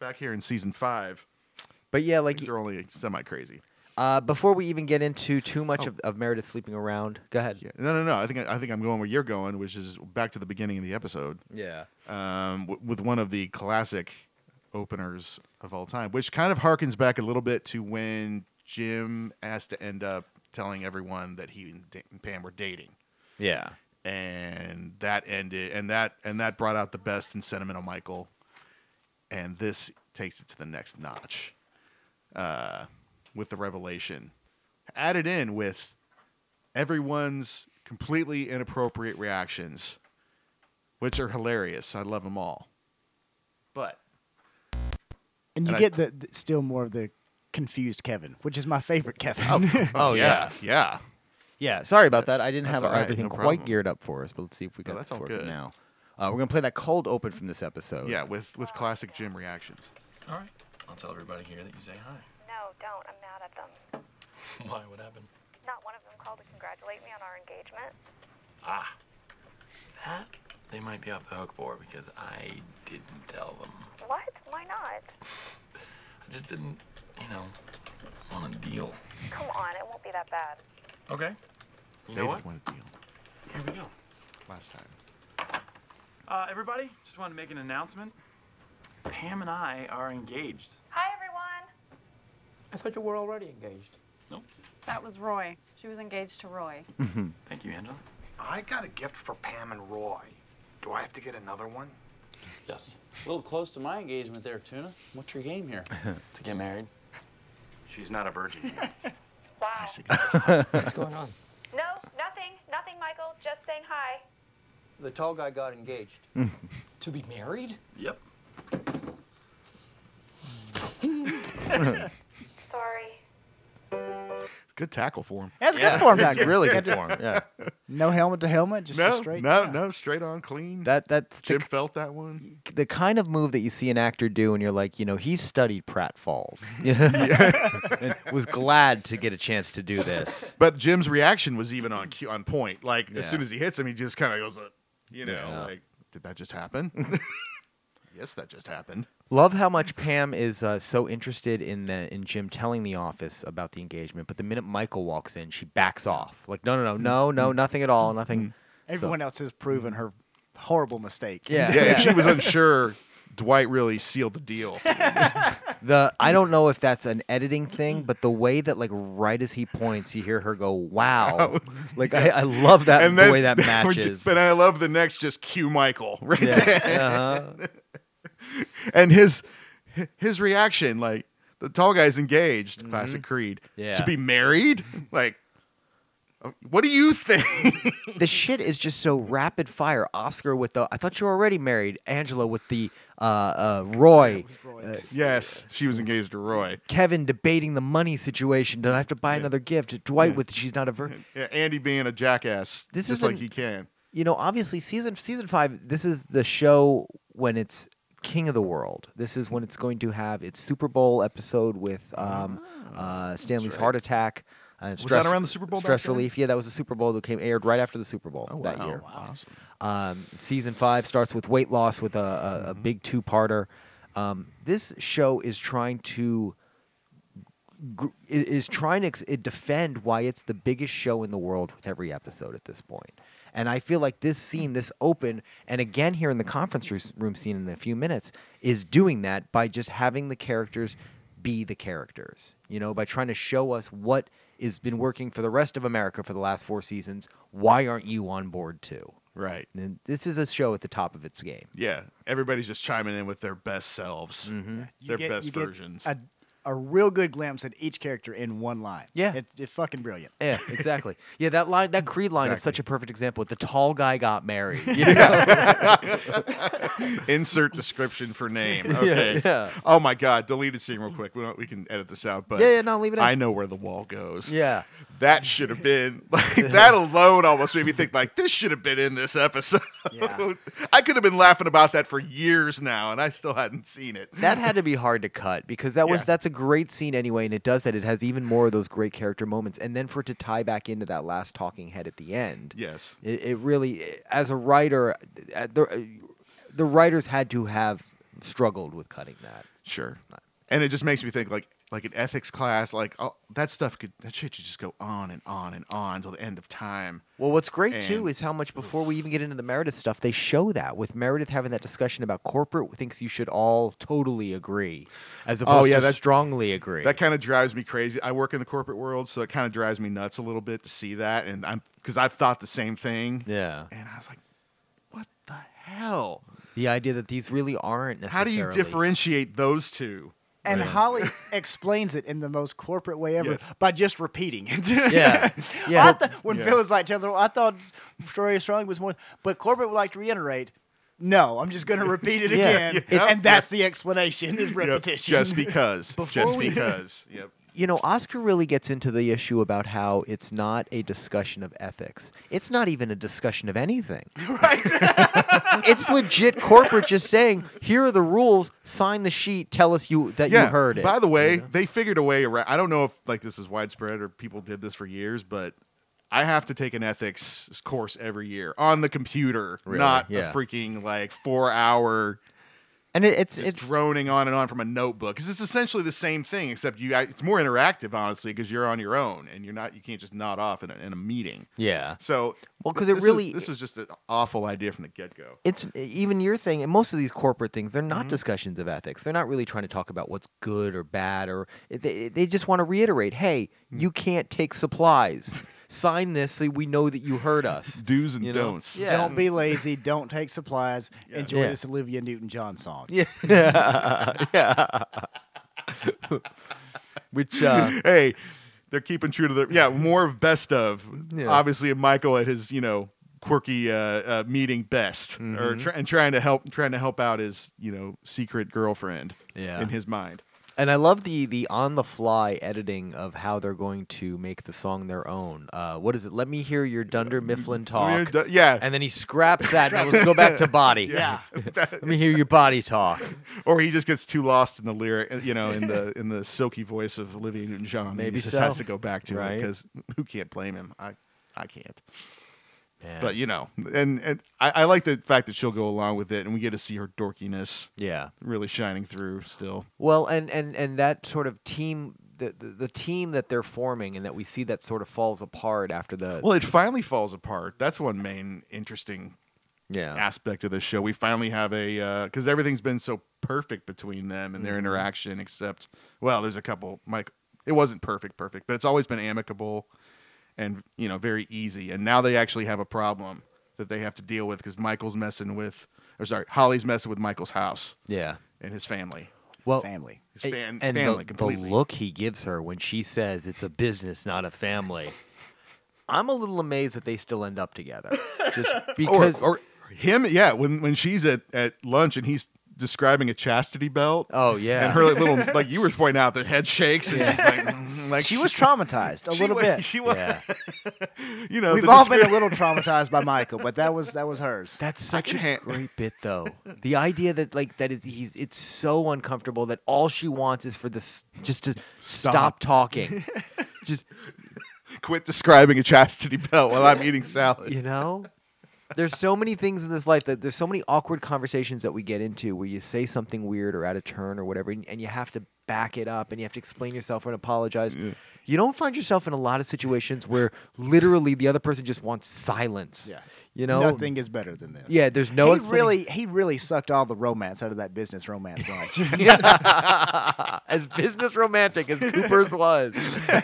[SPEAKER 5] back here in season five,
[SPEAKER 4] But yeah,
[SPEAKER 5] like
[SPEAKER 4] like
[SPEAKER 5] things are only semi crazy.
[SPEAKER 4] uh, before we even get into too much
[SPEAKER 5] Oh.
[SPEAKER 4] of, of Meredith sleeping around, go ahead.
[SPEAKER 5] Yeah. No, no, no. I think I think I'm going where you're going, which is back to the beginning of the episode.
[SPEAKER 4] Yeah.
[SPEAKER 5] um, w- with one of the classic openers of all time, which kind of harkens back a little bit to when Jim has to end up telling everyone that he and Da- and Pam were dating,
[SPEAKER 4] Yeah.
[SPEAKER 5] and that ended, and that and that brought out the best in Sentimental Michael, and this takes it to the next notch, uh, with the revelation, added in with everyone's completely inappropriate reactions which are hilarious. I love them all. But
[SPEAKER 6] And you
[SPEAKER 5] And I-
[SPEAKER 6] get the, the still more of the confused Kevin, which is my favorite Kevin.
[SPEAKER 4] Oh, yeah.
[SPEAKER 5] yeah.
[SPEAKER 4] Yeah, sorry about that.
[SPEAKER 5] That's-
[SPEAKER 4] I didn't
[SPEAKER 5] that's
[SPEAKER 4] have
[SPEAKER 5] all right,
[SPEAKER 4] everything
[SPEAKER 5] no
[SPEAKER 4] quite
[SPEAKER 5] problem.
[SPEAKER 4] geared up for us, but let's see if we
[SPEAKER 5] No,
[SPEAKER 4] got
[SPEAKER 5] that's
[SPEAKER 4] this
[SPEAKER 5] all
[SPEAKER 4] working
[SPEAKER 5] good.
[SPEAKER 4] now. Uh, we're gonna play that cold open from this episode.
[SPEAKER 5] Yeah, with with classic Jim reactions.
[SPEAKER 1] All right. I'll tell everybody here that you say hi.
[SPEAKER 2] No, don't. I'm mad at them.
[SPEAKER 1] Why? What happened?
[SPEAKER 2] Not one of them called to congratulate me on our engagement.
[SPEAKER 1] Ah. That? They might be off the hook for because I didn't tell them.
[SPEAKER 2] What? Why not?
[SPEAKER 1] I just didn't, you know, want a deal.
[SPEAKER 2] Come on, it won't be that bad.
[SPEAKER 1] Okay. You
[SPEAKER 5] they
[SPEAKER 1] know what?
[SPEAKER 5] did want a deal
[SPEAKER 1] Here we go.
[SPEAKER 5] last time.
[SPEAKER 1] Uh, everybody, just wanted to make an announcement. Pam and I are engaged.
[SPEAKER 2] Hi, everyone.
[SPEAKER 3] I thought you were already engaged.
[SPEAKER 1] Nope.
[SPEAKER 7] That was Roy. She was engaged to Roy.
[SPEAKER 1] Thank you, Angela.
[SPEAKER 8] I got a gift for Pam and Roy. Do I have to get another one?
[SPEAKER 1] Yes.
[SPEAKER 3] A little close to my engagement there, Tuna. What's your game here?
[SPEAKER 1] To get married. She's not a virgin. yet.
[SPEAKER 2] Wow.
[SPEAKER 3] What's going on?
[SPEAKER 2] No, nothing. Nothing, Michael. Just saying hi.
[SPEAKER 3] The tall guy got engaged. to be married?
[SPEAKER 1] yep.
[SPEAKER 2] Sorry.
[SPEAKER 5] Good tackle for him.
[SPEAKER 6] That's good for him back
[SPEAKER 4] Like,
[SPEAKER 6] there.
[SPEAKER 4] really good form. Yeah,
[SPEAKER 6] No helmet to helmet, just a
[SPEAKER 5] No,
[SPEAKER 6] straight.
[SPEAKER 5] no,
[SPEAKER 6] yeah.
[SPEAKER 5] no, straight on clean.
[SPEAKER 4] that that's the,
[SPEAKER 5] Jim felt that one.
[SPEAKER 4] the kind of move that you see an actor do, and you're like, you know, he studied Pratt Falls, and was glad to get a chance to do this.
[SPEAKER 5] But Jim's reaction was even on cue- on point. Like
[SPEAKER 4] Yeah.
[SPEAKER 5] as soon as he hits him, he just kind of goes, uh, you know,
[SPEAKER 4] Yeah.
[SPEAKER 5] like did that just happen? yes, that just happened.
[SPEAKER 4] Love how much Pam is uh, so interested in the in Jim telling the office about the engagement, but the minute Michael walks in, she backs off. Like, no, no, no, no, no, nothing at all, nothing.
[SPEAKER 6] Everyone else has proven her horrible mistake.
[SPEAKER 4] Yeah.
[SPEAKER 5] Yeah, if she was unsure, Dwight really sealed the deal.
[SPEAKER 4] The I don't know if that's an editing thing, but the way that like right as he points, you hear her go, "Wow!" Like I, I love that the way that matches.
[SPEAKER 5] But I love the next just cue Michael right
[SPEAKER 4] yeah,
[SPEAKER 5] there.
[SPEAKER 4] uh-huh.
[SPEAKER 5] and his his reaction, like the tall guy's engaged, classic Creed,
[SPEAKER 4] Mm-hmm. Yeah.
[SPEAKER 5] to be married, like. uh, What do you think?
[SPEAKER 4] The shit is just so rapid fire. Oscar with the I thought you were already married. Angela with the uh, uh, Roy. Uh,
[SPEAKER 5] yes, she was engaged to Roy.
[SPEAKER 4] Kevin debating the money situation. Do I have to buy another gift? Dwight
[SPEAKER 5] Yeah.
[SPEAKER 4] with she's not a virgin.
[SPEAKER 5] Yeah, Andy being a jackass,
[SPEAKER 4] This
[SPEAKER 5] just
[SPEAKER 4] is
[SPEAKER 5] like
[SPEAKER 4] an-
[SPEAKER 5] he can.
[SPEAKER 4] you know, obviously season season five, this is the show when it's king of the world. This is when it's going to have its Super Bowl episode with um,
[SPEAKER 5] Ah,
[SPEAKER 4] uh, Stanley's heart attack. And
[SPEAKER 5] that
[SPEAKER 4] stress,
[SPEAKER 5] around the Super Bowl back
[SPEAKER 4] Stress
[SPEAKER 5] then? Oh,
[SPEAKER 4] relief. Yeah, that was the Super Bowl that came aired right after the Super Bowl that year.
[SPEAKER 5] Awesome.
[SPEAKER 4] Um, season five starts with weight loss with a, a, a big two parter. Um, this show is trying to gr- i- is trying to ex- i- defend why it's the biggest show in the world with every episode at this point. And I feel like this scene, this open, and again here in the conference roo- room scene in a few minutes, is doing that by just having the characters be the characters, you know, by trying to show us what has been working for the rest of America for the last four seasons. Why aren't you on board too?
[SPEAKER 5] Right.
[SPEAKER 4] And this is a show at the top of its game.
[SPEAKER 5] Yeah. Everybody's just chiming in with their best selves,
[SPEAKER 4] Mm-hmm.
[SPEAKER 6] You
[SPEAKER 5] their
[SPEAKER 6] get-
[SPEAKER 5] best
[SPEAKER 6] you get
[SPEAKER 5] versions.
[SPEAKER 6] A a real good glimpse at each character in one line.
[SPEAKER 4] Yeah.
[SPEAKER 6] It, it's fucking brilliant.
[SPEAKER 5] Oh,
[SPEAKER 4] Yeah, exactly. Yeah, that line, that Creed line is
[SPEAKER 5] Exactly.
[SPEAKER 4] such a perfect example. The tall guy got married. You know?
[SPEAKER 5] Insert description for name. Okay.
[SPEAKER 4] yeah.
[SPEAKER 5] Oh my God! Deleted scene real quick. We don't, we can edit this out, but
[SPEAKER 4] Yeah, yeah, no, leave it in.
[SPEAKER 5] I know where the wall goes.
[SPEAKER 4] yeah.
[SPEAKER 5] That should have been like that alone almost made me think like this should have been in this episode.
[SPEAKER 6] Yeah.
[SPEAKER 5] I could have been laughing about that for years now, and I still hadn't seen it.
[SPEAKER 4] That had to be hard to cut because that was
[SPEAKER 5] Yeah.
[SPEAKER 4] that's a great scene anyway, and it does that. It has even more of those great character moments, and then for it to tie back into that last talking head at the end.
[SPEAKER 5] yes.
[SPEAKER 4] It, it really, as a writer, uh, the, the writers had to have struggled with cutting that.
[SPEAKER 5] Sure. And it just makes me think like like an ethics class, like oh, that stuff could that shit should just go on and on and on until the end of time.
[SPEAKER 4] Well, what's great too
[SPEAKER 5] And-
[SPEAKER 4] is how much before we even get into the Meredith stuff, they show that with Meredith having that discussion about corporate thinks you should all totally agree, as opposed
[SPEAKER 5] Oh, yeah,
[SPEAKER 4] to
[SPEAKER 5] that's-
[SPEAKER 4] strongly agree.
[SPEAKER 5] That kind of drives me crazy. I work in the corporate world, so it kind of drives me nuts a little bit to see that, and I'm because I've thought the same thing.
[SPEAKER 4] yeah,
[SPEAKER 5] And I was like, what the hell?
[SPEAKER 4] the idea that these really aren't
[SPEAKER 5] How do
[SPEAKER 4] necessarily.
[SPEAKER 5] you differentiate those two?
[SPEAKER 6] And
[SPEAKER 4] Right.
[SPEAKER 6] Holly explains it in the most corporate way ever
[SPEAKER 5] Yes.
[SPEAKER 6] by just repeating it.
[SPEAKER 4] Yeah, yeah.
[SPEAKER 6] I th- when
[SPEAKER 5] Yeah.
[SPEAKER 6] Phil is like, tells her, I thought Story of Strong was more, but corporate would like to reiterate, no, I'm just going to repeat it
[SPEAKER 4] Yeah.
[SPEAKER 6] again.
[SPEAKER 5] Yeah.
[SPEAKER 6] And that's the explanation is repetition.
[SPEAKER 5] Just because. just
[SPEAKER 4] we-
[SPEAKER 5] because. yep.
[SPEAKER 4] you know, Oscar really gets into the issue about how it's not a discussion of ethics. It's not even a discussion of anything. Right. it's legit corporate just saying, here are the rules, sign the sheet, tell us you that you heard it.
[SPEAKER 5] By the way, they figured a way around. I don't know if like this was widespread or people did this for years, but I have to take an ethics course every year on the computer, not
[SPEAKER 4] Yeah.
[SPEAKER 5] a freaking like four hour
[SPEAKER 4] and it, it's
[SPEAKER 5] just
[SPEAKER 4] it's
[SPEAKER 5] droning on and on from a notebook. Because it's essentially the same thing, except you. guys- It's more interactive, honestly, because you're on your own and you're not. You can't just nod off in a, in a meeting.
[SPEAKER 4] yeah.
[SPEAKER 5] So
[SPEAKER 4] Well, 'cause it
[SPEAKER 5] th- this was-
[SPEAKER 4] really-
[SPEAKER 5] this was just an awful idea from the get go.
[SPEAKER 4] it's e, even your thing and most of these corporate things they're not discussions of ethics they're not really trying to talk about what's good or bad or eh, they, they just want to reiterate hey you can't take supplies sign this so we know that you heard us
[SPEAKER 5] Do's and
[SPEAKER 4] You know?
[SPEAKER 5] don'ts.
[SPEAKER 4] yeah
[SPEAKER 6] Don't be lazy. Don't take supplies. Enjoy
[SPEAKER 4] Yeah.
[SPEAKER 6] this Olivia Newton-John song.
[SPEAKER 4] yeah yeah, which uh
[SPEAKER 5] hey, they're keeping true to their yeah. More of best of
[SPEAKER 4] Yeah.
[SPEAKER 5] obviously Michael at his you know quirky uh, uh, meeting best
[SPEAKER 4] Mm-hmm.
[SPEAKER 5] or try and trying to help trying to help out his you know secret girlfriend
[SPEAKER 4] Yeah.
[SPEAKER 5] in his mind.
[SPEAKER 4] And I love the the on the fly editing of how they're going to make the song their own. Uh, what is it? Let me hear your Dunder Mifflin
[SPEAKER 5] We're
[SPEAKER 4] talk.
[SPEAKER 5] do- yeah,
[SPEAKER 4] And then he scraps that and let's go back to body.
[SPEAKER 6] Yeah.
[SPEAKER 4] Let me hear your body talk.
[SPEAKER 5] or he just gets too lost in the lyric, uh, you know, in the in the silky voice of Olivia Newton John.
[SPEAKER 4] Maybe
[SPEAKER 5] he just
[SPEAKER 4] so.
[SPEAKER 5] has to go back to it
[SPEAKER 4] Right.
[SPEAKER 5] because who can't blame him? I I can't.
[SPEAKER 4] Yeah.
[SPEAKER 5] But you know, and and I, I like the fact that she'll go along with it, and we get to see her dorkiness
[SPEAKER 4] yeah.
[SPEAKER 5] really shining through still.
[SPEAKER 4] Well, and and and that sort of team, the, the the team that they're forming, and that we see that sort of falls apart after the
[SPEAKER 5] Well, it finally falls apart. That's one main interesting
[SPEAKER 4] yeah
[SPEAKER 5] aspect of this show. We finally have a because everything's been so perfect between them and their
[SPEAKER 4] Mm-hmm.
[SPEAKER 5] interaction, except well, there's a couple. Mike, it wasn't perfect, perfect, but it's always been amicable and you know very easy. And now they actually have a problem that they have to deal with because Michael's messing with, or sorry, Holly's messing with Michael's house
[SPEAKER 4] yeah.
[SPEAKER 5] and his family.
[SPEAKER 4] Well,
[SPEAKER 6] family.
[SPEAKER 5] His
[SPEAKER 4] a-
[SPEAKER 5] fan,
[SPEAKER 4] and the-
[SPEAKER 5] family
[SPEAKER 4] the,
[SPEAKER 5] completely.
[SPEAKER 4] look he gives her when she says it's a business, not a family. I'm a little amazed that they still end up together, just
[SPEAKER 5] or,
[SPEAKER 4] because.
[SPEAKER 5] or him, yeah. When when she's at, at lunch and he's describing a chastity belt.
[SPEAKER 4] oh yeah,
[SPEAKER 5] And her like, little, like you were pointing out, the head shakes, and she's like, mm, like
[SPEAKER 6] She was traumatized a
[SPEAKER 5] she
[SPEAKER 6] little
[SPEAKER 5] wa-
[SPEAKER 6] bit.
[SPEAKER 5] She was,
[SPEAKER 4] yeah.
[SPEAKER 5] you know,
[SPEAKER 6] We've
[SPEAKER 5] the
[SPEAKER 6] all been a
[SPEAKER 5] descrip-
[SPEAKER 6] little traumatized by Michael, but that was that was hers.
[SPEAKER 4] That's such
[SPEAKER 5] can
[SPEAKER 4] a
[SPEAKER 5] hand-
[SPEAKER 4] great bit, though. The idea that like that is he's it's so uncomfortable that all she wants is for this just to stop,
[SPEAKER 5] Stop.
[SPEAKER 4] talking. just
[SPEAKER 5] quit describing a chastity belt while I'm eating salad.
[SPEAKER 4] you know, there's so many things in this life that there's so many awkward conversations that we get into where you say something weird or out of turn or whatever, and, and you have to back it up and you have to explain yourself and apologize. You don't find yourself in a lot of situations where literally the other person just wants silence.
[SPEAKER 6] Yeah.
[SPEAKER 4] you know,
[SPEAKER 6] Nothing is better than this.
[SPEAKER 4] Yeah, there's no.
[SPEAKER 6] he
[SPEAKER 4] explana-
[SPEAKER 6] really he really sucked all the romance out of that business romance lunch.
[SPEAKER 4] as business romantic as Cooper's was,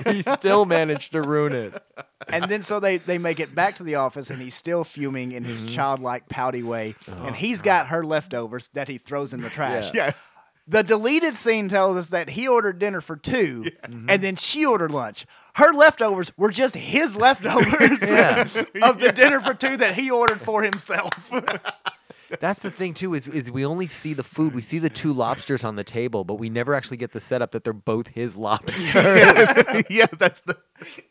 [SPEAKER 4] he still managed to ruin it.
[SPEAKER 6] and then so they, they make it back to the office and he's still fuming in his childlike pouty way and he's got her leftovers that he throws in the trash.
[SPEAKER 5] Yeah,
[SPEAKER 6] The deleted scene tells us that he ordered dinner for two, and then she ordered lunch. Her leftovers were just his leftovers
[SPEAKER 4] Yeah.
[SPEAKER 6] of the dinner for two that he ordered for himself.
[SPEAKER 4] That's the thing too is is we only see the food. We see the two lobsters on the table, but we never actually get the setup that they're both his lobsters.
[SPEAKER 5] yeah, that's the.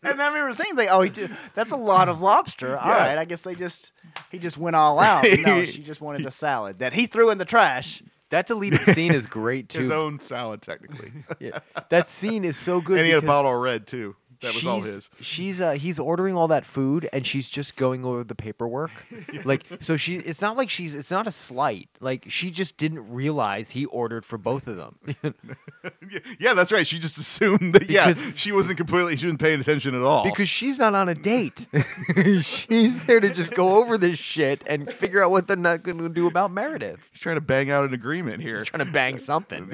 [SPEAKER 6] and I remember saying, "Like, oh, he did, that's a lot of lobster. All
[SPEAKER 5] Yeah.
[SPEAKER 6] right, I guess they just he just went all out. No, she just wanted a salad that he threw in the trash.
[SPEAKER 4] that deleted scene is great
[SPEAKER 5] His
[SPEAKER 4] too.
[SPEAKER 5] own salad, technically.
[SPEAKER 4] Yeah. That scene is so good.
[SPEAKER 5] and he had a
[SPEAKER 4] because-
[SPEAKER 5] bottle of red, too. That was all
[SPEAKER 4] she's-
[SPEAKER 5] his.
[SPEAKER 4] She's uh, he's ordering all that food, and she's just going over the paperwork. like, so she. It's not like she's. It's not a slight. Like, she just didn't realize he ordered for both of them.
[SPEAKER 5] Yeah, Yeah, that's right. She just assumed that, yeah,
[SPEAKER 4] Because-
[SPEAKER 5] she wasn't completely, she wasn't paying attention at all.
[SPEAKER 4] because she's not on a date. she's there to just go over this shit and figure out what they're not going to do about Meredith.
[SPEAKER 5] she's trying to bang out an agreement here.
[SPEAKER 4] She's trying to bang something.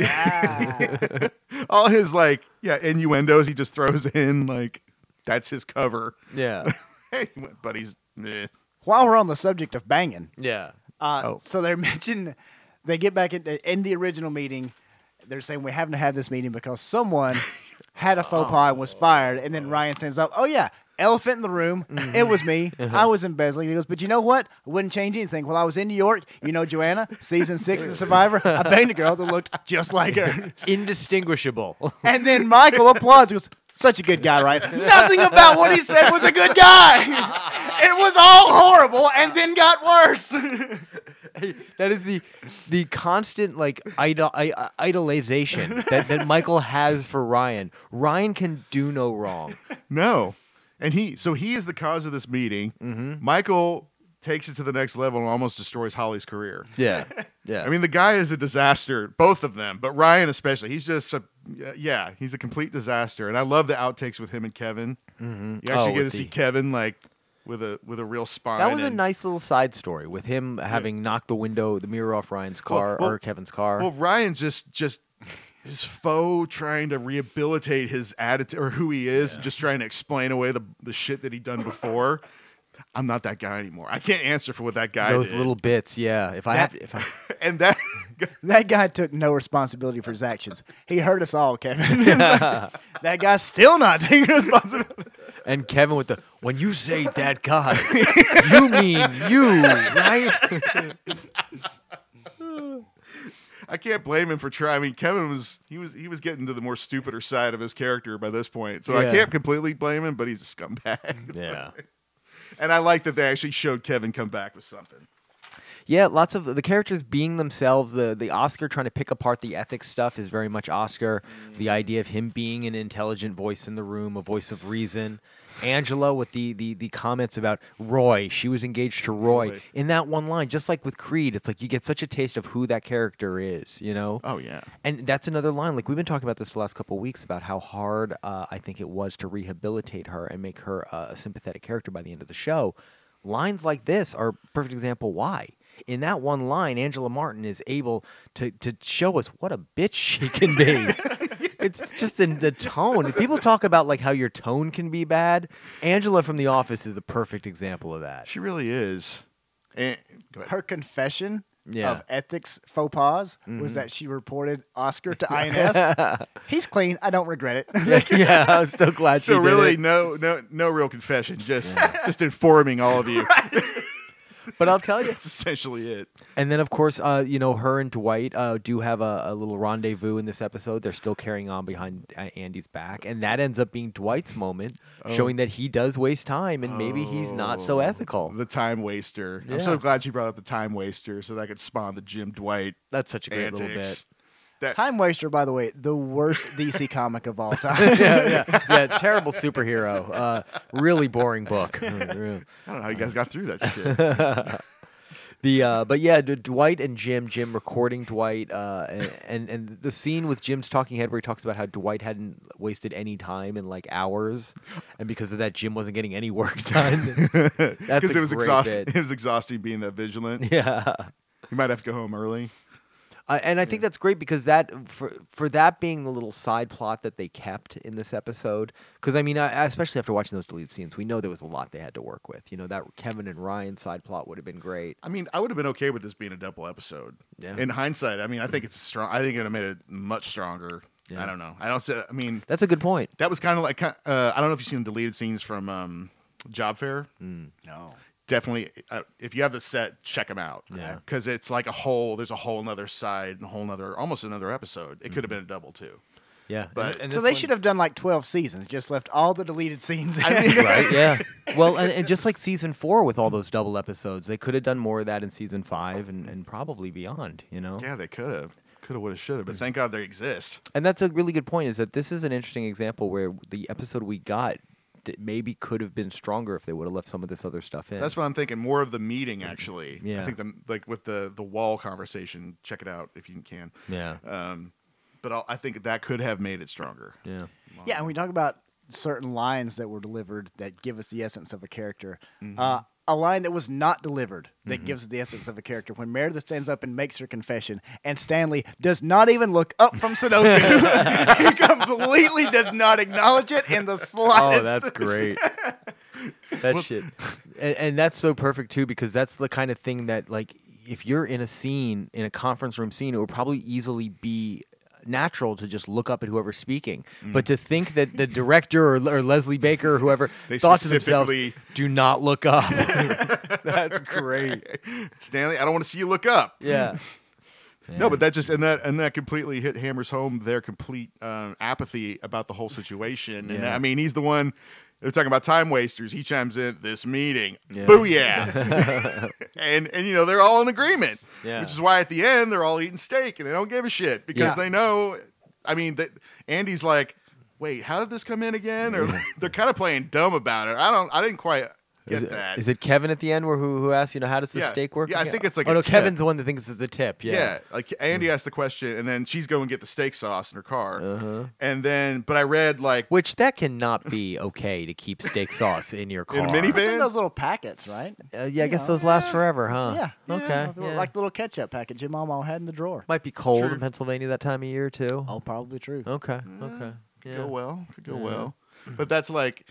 [SPEAKER 5] all his, like, yeah, innuendos he just throws in, like, that's his cover.
[SPEAKER 4] yeah.
[SPEAKER 5] Hey, but he's, eh.
[SPEAKER 6] While we're on the subject of banging,
[SPEAKER 4] Yeah.
[SPEAKER 6] Uh,
[SPEAKER 5] Oh.
[SPEAKER 6] So they're mentioned. They get back in, in the original meeting. They're saying we haven't had this meeting because someone had a faux pas and was fired. And then Ryan stands up. Oh yeah, elephant in the room. It was me. I was embezzling. He goes, but you know what? I wouldn't change anything. Well, I was in New York. You know, Joanna, season six of The Survivor. I banged a girl that looked just like her.
[SPEAKER 4] Indistinguishable.
[SPEAKER 6] And then Michael applauds. He goes, such a good guy, Ryan. Nothing about what he said was a good guy. It was all horrible, and then got worse.
[SPEAKER 4] that is the the constant like idol, I, I- idolization that, that Michael has for Ryan. Ryan can do no wrong.
[SPEAKER 5] No. And he, so he is the cause of this meeting.
[SPEAKER 4] Mm-hmm.
[SPEAKER 5] Michael takes it to the next level and almost destroys Holly's career.
[SPEAKER 4] Yeah. Yeah.
[SPEAKER 5] I mean, the guy is a disaster, both of them, but Ryan especially. He's just a, yeah, he's a complete disaster. And I love the outtakes with him and Kevin. Mm-hmm. You
[SPEAKER 4] Oh,
[SPEAKER 5] actually get to
[SPEAKER 4] with
[SPEAKER 5] see
[SPEAKER 4] the-
[SPEAKER 5] Kevin like with a with a real spine.
[SPEAKER 4] that was a
[SPEAKER 5] and-
[SPEAKER 4] nice little side story with him having knocked the window, the mirror off Ryan's car
[SPEAKER 5] well,
[SPEAKER 4] or Kevin's car.
[SPEAKER 5] Well, Ryan just just his foe trying to rehabilitate his attitude or who he is, just trying to explain away the the shit that he'd done before. I'm not that guy anymore. I can't answer for what that guy
[SPEAKER 4] Those
[SPEAKER 5] did.
[SPEAKER 4] little bits, yeah. If I have, if I,
[SPEAKER 5] and that
[SPEAKER 6] That guy took no responsibility for his actions. He hurt us all, Kevin. It's like, that guy's still not taking responsibility.
[SPEAKER 4] and Kevin with the when you say that God, you mean you, right?
[SPEAKER 5] I can't blame him for trying. I mean, Kevin was he was he was getting to the more stupider side of his character by this point, so
[SPEAKER 4] Yeah.
[SPEAKER 5] I can't completely blame him. But he's a scumbag,
[SPEAKER 4] yeah.
[SPEAKER 5] and I like that they actually showed Kevin come back with something.
[SPEAKER 4] Yeah, lots of the characters being themselves. The the Oscar trying to pick apart the ethics stuff is very much Oscar. The idea of him being an intelligent voice in the room, a voice of reason. Angela with the the the comments about Roy. She was engaged to Roy
[SPEAKER 5] Roy.
[SPEAKER 4] in that one line, just like with Creed. It's like you get such a taste of who that character is, you know.
[SPEAKER 5] Oh yeah,
[SPEAKER 4] And that's another line. Like we've been talking about this the last couple of weeks about how hard uh, I think it was to rehabilitate her and make her uh, a sympathetic character by the end of the show. Lines like this are a perfect example why. In that one line, Angela Martin is able to to show us what a bitch she can be. It's just in the tone. People talk about like how your tone can be bad. Angela from The Office is a perfect example of that.
[SPEAKER 5] she really is. And go ahead.
[SPEAKER 6] Her confession
[SPEAKER 4] Yeah. Mm-hmm.
[SPEAKER 6] of ethics faux pas was that she reported Oscar to INS. He's clean. I don't regret it.
[SPEAKER 4] yeah, I'm so glad she
[SPEAKER 5] so
[SPEAKER 4] did
[SPEAKER 5] really,
[SPEAKER 4] it.
[SPEAKER 5] no no no real confession, just just informing all of you.
[SPEAKER 4] But I'll tell you,
[SPEAKER 5] That's essentially it.
[SPEAKER 4] And then, of course, uh, you know, her and Dwight uh, do have a, a little rendezvous in this episode. They're still carrying on behind uh, Andy's back, and that ends up being Dwight's moment, showing that he does waste time and maybe he's not so
[SPEAKER 5] Oh,
[SPEAKER 4] ethical.
[SPEAKER 5] The time waster. I'm
[SPEAKER 4] Yeah.
[SPEAKER 5] so glad you brought up the time waster, so that could spawn the Jim Dwight
[SPEAKER 4] That's such a great
[SPEAKER 5] antics.
[SPEAKER 4] little bit.
[SPEAKER 5] That
[SPEAKER 6] Time Waster, by the way, the worst DC comic of all time.
[SPEAKER 4] yeah, yeah, yeah. Terrible superhero. Uh, really boring book.
[SPEAKER 5] I don't know how you guys got through that shit.
[SPEAKER 4] The uh, but yeah, D- Dwight and Jim, Jim recording Dwight, uh, and, and and the scene with Jim's talking head where he talks about how Dwight hadn't wasted any time in like hours, and because of that, Jim wasn't getting any work done. That's
[SPEAKER 5] Because
[SPEAKER 4] a
[SPEAKER 5] it was
[SPEAKER 4] great
[SPEAKER 5] exhausting.
[SPEAKER 4] bit.
[SPEAKER 5] It was exhausting being that vigilant.
[SPEAKER 4] Yeah.
[SPEAKER 5] You might have to go home early.
[SPEAKER 4] Uh, and I think that's great because that for for that being the little side plot that they kept in this episode. Because I mean, I, I- especially after watching those deleted scenes, we know there was a lot they had to work with. You know, that Kevin and Ryan side plot would have been great.
[SPEAKER 5] I mean, I would have been okay with this being a double episode.
[SPEAKER 4] Yeah.
[SPEAKER 5] In hindsight, I mean, I think it's strong. I think it would have made it much stronger.
[SPEAKER 4] Yeah.
[SPEAKER 5] I don't know. I don't. Say, I mean,
[SPEAKER 4] That's a good point.
[SPEAKER 5] that was kind of like. Uh, I don't know if you've seen deleted scenes from um, Job Fair.
[SPEAKER 4] Mm,
[SPEAKER 6] No.
[SPEAKER 5] Definitely, uh, if you have the set, check them out.
[SPEAKER 4] Yeah.
[SPEAKER 5] Because it's like a whole. There's a whole another side, and a whole another, almost another episode. It
[SPEAKER 4] Mm.
[SPEAKER 5] could have been a double too.
[SPEAKER 4] Yeah,
[SPEAKER 5] But
[SPEAKER 6] so they should have done like 12 seasons, just left all the deleted scenes in.
[SPEAKER 4] right? Yeah. Well, and, and just like season four with all those double episodes, they could have done more of that in season five and, and probably beyond, you know?
[SPEAKER 5] yeah, they could have. Could have, would have, should have. But thank God they exist.
[SPEAKER 4] And that's a really good point is that this is an interesting example where the episode we got d- maybe could have been stronger if they would have left some of this other stuff in.
[SPEAKER 5] That's what I'm thinking. More of the meeting,
[SPEAKER 4] Mm.
[SPEAKER 5] actually.
[SPEAKER 4] Yeah.
[SPEAKER 5] I think the like with the the wall conversation. Check it out if you can.
[SPEAKER 4] Yeah.
[SPEAKER 5] Um, but I'll, I think that could have made it stronger.
[SPEAKER 4] yeah.
[SPEAKER 6] Yeah, and we talk about certain lines that were delivered that give us the essence of a character.
[SPEAKER 4] Mm-hmm.
[SPEAKER 6] Uh, a line that was not delivered that gives the essence of a character when Meredith stands up and makes her confession, and Stanley does not even look up from Sudoku. he completely does not acknowledge it in the slightest.
[SPEAKER 4] Oh, that's great. That shit, and, and that's so perfect too because that's the kind of thing that like if you're in a scene in a conference room scene, it would probably easily be natural to just look up at whoever's speaking.
[SPEAKER 5] Mm.
[SPEAKER 4] But to think that the director or, or Leslie Baker or whoever
[SPEAKER 5] They
[SPEAKER 4] thought to themselves,
[SPEAKER 5] specifically-
[SPEAKER 4] "Do not look up." that's great.
[SPEAKER 5] Stanley, I don't want to see you look up.
[SPEAKER 4] Yeah.
[SPEAKER 5] No, but that just and that and that completely hit hammers home their complete um, apathy about the whole situation. And
[SPEAKER 4] Yeah.
[SPEAKER 5] I mean, he's the one. They're talking about time wasters. He chimes in this meeting.
[SPEAKER 4] Yeah.
[SPEAKER 5] Booyah! and and you know they're all in agreement,
[SPEAKER 4] Yeah.
[SPEAKER 5] which is why at the end they're all eating steak and they don't give a shit because
[SPEAKER 4] Yeah.
[SPEAKER 5] they know. I mean, that Andy's like, wait, how did this come in again? Or they're kind of playing dumb about it. I don't. I didn't quite get
[SPEAKER 4] Is it,
[SPEAKER 5] that.
[SPEAKER 4] is it Kevin at the end where who who asks you know how does the
[SPEAKER 5] Yeah.
[SPEAKER 4] steak work?
[SPEAKER 5] Yeah, I
[SPEAKER 4] again?
[SPEAKER 5] think it's like
[SPEAKER 4] oh
[SPEAKER 5] a
[SPEAKER 4] no,
[SPEAKER 5] tip.
[SPEAKER 4] Kevin's the one that thinks it's a tip.
[SPEAKER 5] Yeah. like Andy asked the question, and then she's going to get the steak sauce in her car,
[SPEAKER 4] Uh-huh.
[SPEAKER 5] and then but I read like
[SPEAKER 4] Which that cannot be okay to keep steak sauce in your car.
[SPEAKER 5] In a
[SPEAKER 6] It's in
[SPEAKER 5] minivan?
[SPEAKER 6] those little packets, right?
[SPEAKER 4] Uh, yeah, I guess
[SPEAKER 6] Yeah.
[SPEAKER 4] those last forever, huh?
[SPEAKER 6] yeah.
[SPEAKER 4] Okay.
[SPEAKER 6] The- Like the little ketchup package your mom all had in the drawer.
[SPEAKER 4] Might be cold
[SPEAKER 5] Sure.
[SPEAKER 4] in Pennsylvania that time of year too.
[SPEAKER 6] Oh, probably true.
[SPEAKER 4] Okay.
[SPEAKER 6] Mm.
[SPEAKER 4] Okay.
[SPEAKER 5] could
[SPEAKER 4] Yeah.
[SPEAKER 5] go well, could go well, but that's like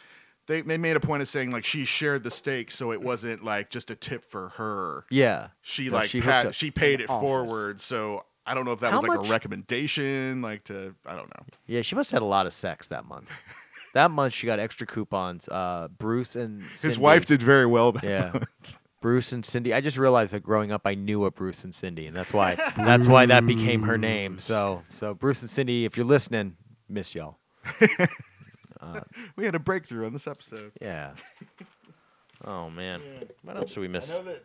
[SPEAKER 5] they they made a point of saying like she shared the steak, so it wasn't like just a tip for her.
[SPEAKER 4] Yeah.
[SPEAKER 5] She
[SPEAKER 4] No,
[SPEAKER 5] like
[SPEAKER 4] she
[SPEAKER 5] she,
[SPEAKER 4] hooked up-
[SPEAKER 5] she paid it
[SPEAKER 6] Office.
[SPEAKER 5] forward, so I don't know if that
[SPEAKER 4] How
[SPEAKER 5] was like
[SPEAKER 4] much-
[SPEAKER 5] a recommendation, like to I don't know.
[SPEAKER 4] Yeah. She must have had a lot of sex that month. that month she got extra coupons. Uh, Bruce and
[SPEAKER 5] His
[SPEAKER 4] Cindy-
[SPEAKER 5] wife did very well. That
[SPEAKER 4] Yeah. Bruce and Cindy. I just realized that growing up, I knew a Bruce and Cindy, and that's why that's why that became her name. So so Bruce and Cindy, if you're listening, miss y'all.
[SPEAKER 5] we had a breakthrough on this episode.
[SPEAKER 4] Yeah. Oh man, what else should we miss?
[SPEAKER 5] that-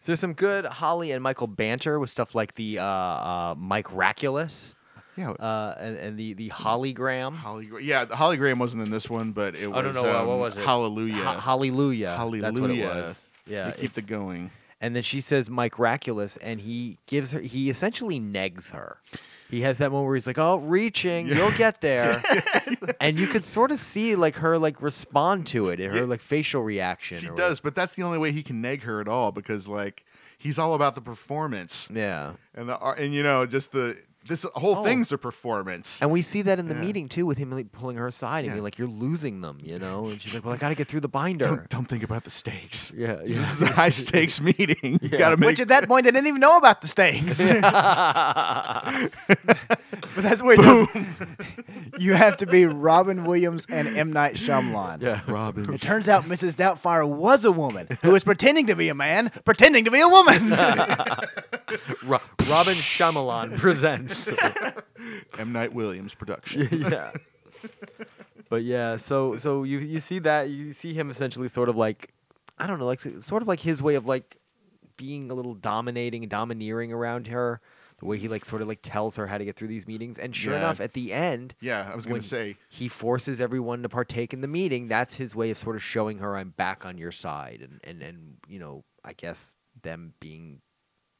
[SPEAKER 4] So there's some good Holly and Michael banter with stuff like the uh, uh, Mike Raculus
[SPEAKER 5] Yeah,
[SPEAKER 4] uh, and, and the the hologram.
[SPEAKER 5] Holly. Yeah, Holly Graham wasn't in this one, but it
[SPEAKER 4] Oh,
[SPEAKER 5] was.
[SPEAKER 4] no, no, uh, what
[SPEAKER 5] um,
[SPEAKER 4] was it?
[SPEAKER 5] Hallelujah.
[SPEAKER 4] Ho- hallelujah. That's what it
[SPEAKER 5] Hallelujah.
[SPEAKER 4] was. Yeah.
[SPEAKER 5] They keep the
[SPEAKER 4] it's-
[SPEAKER 5] going.
[SPEAKER 4] and then she says Mike Raculus, and he gives her. He essentially negs her. He has that moment where he's like, "Oh, reaching, you'll get there," and you could sort of see like her like respond to it, her
[SPEAKER 5] Yeah.
[SPEAKER 4] like facial reaction.
[SPEAKER 5] She
[SPEAKER 4] or
[SPEAKER 5] does, but that's the only way he can neg her at all because like he's all about the performance
[SPEAKER 4] whatever. Yeah.
[SPEAKER 5] and the art and you know just the this whole
[SPEAKER 4] Oh.
[SPEAKER 5] thing's a performance.
[SPEAKER 4] And we see that in the
[SPEAKER 5] Yeah.
[SPEAKER 4] meeting too, with him like pulling her aside and
[SPEAKER 5] Yeah.
[SPEAKER 4] being like, "You're losing them," you know. And she's like, "Well, I got to get through the binder."
[SPEAKER 5] Don't, don't think about the stakes.
[SPEAKER 4] Yeah, yeah.
[SPEAKER 5] This is a high stakes meeting. You gotta make
[SPEAKER 6] Which at that point they didn't even know about the stakes. but that's where it does. you have to be Robin Williams and M Night Shyamalan.
[SPEAKER 4] Yeah.
[SPEAKER 5] Robin.
[SPEAKER 6] It turns out Mrs. Doubtfire was a woman who was pretending to be a man, pretending to be a woman.
[SPEAKER 4] Ro- Robin Shyamalan presents.
[SPEAKER 5] M. Night Williams production.
[SPEAKER 4] yeah. But yeah, so so you you see that you see him essentially sort of like I don't know, like s- sort of like his way of like being a little dominating and domineering around her, the way he like sort of like tells her how to get through these meetings. And sure
[SPEAKER 5] Yeah.
[SPEAKER 4] enough, at the end,
[SPEAKER 5] yeah, I was
[SPEAKER 4] when
[SPEAKER 5] gonna say.
[SPEAKER 4] he forces everyone to partake in the meeting. That's his way of sort of showing her I'm back on your side, and and and you know, I guess them being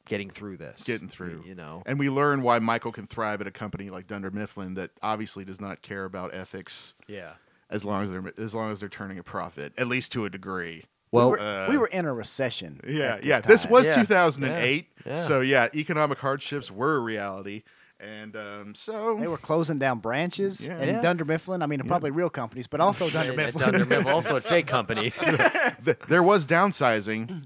[SPEAKER 4] getting through this,
[SPEAKER 5] Getting through.
[SPEAKER 4] you know,
[SPEAKER 5] And we learn why Michael can thrive at a company like Dunder Mifflin that obviously does not care about ethics
[SPEAKER 4] yeah.
[SPEAKER 5] as long as they're as long as they're turning a profit, at least to a degree.
[SPEAKER 4] Well,
[SPEAKER 6] we were, we were in a recession. at
[SPEAKER 5] Yeah, yeah. This
[SPEAKER 6] time.
[SPEAKER 5] was
[SPEAKER 4] Yeah,
[SPEAKER 5] 2008.
[SPEAKER 4] yeah, yeah.
[SPEAKER 5] So yeah, economic hardships were a reality, and um, so
[SPEAKER 6] They were closing down branches
[SPEAKER 5] Yeah.
[SPEAKER 6] and
[SPEAKER 4] Yeah.
[SPEAKER 6] Dunder Mifflin. I mean, probably real companies, but also Dunder
[SPEAKER 4] Dunder
[SPEAKER 6] Mifflin.
[SPEAKER 4] Mifflin, also at fake companies.
[SPEAKER 5] th- there was downsizing.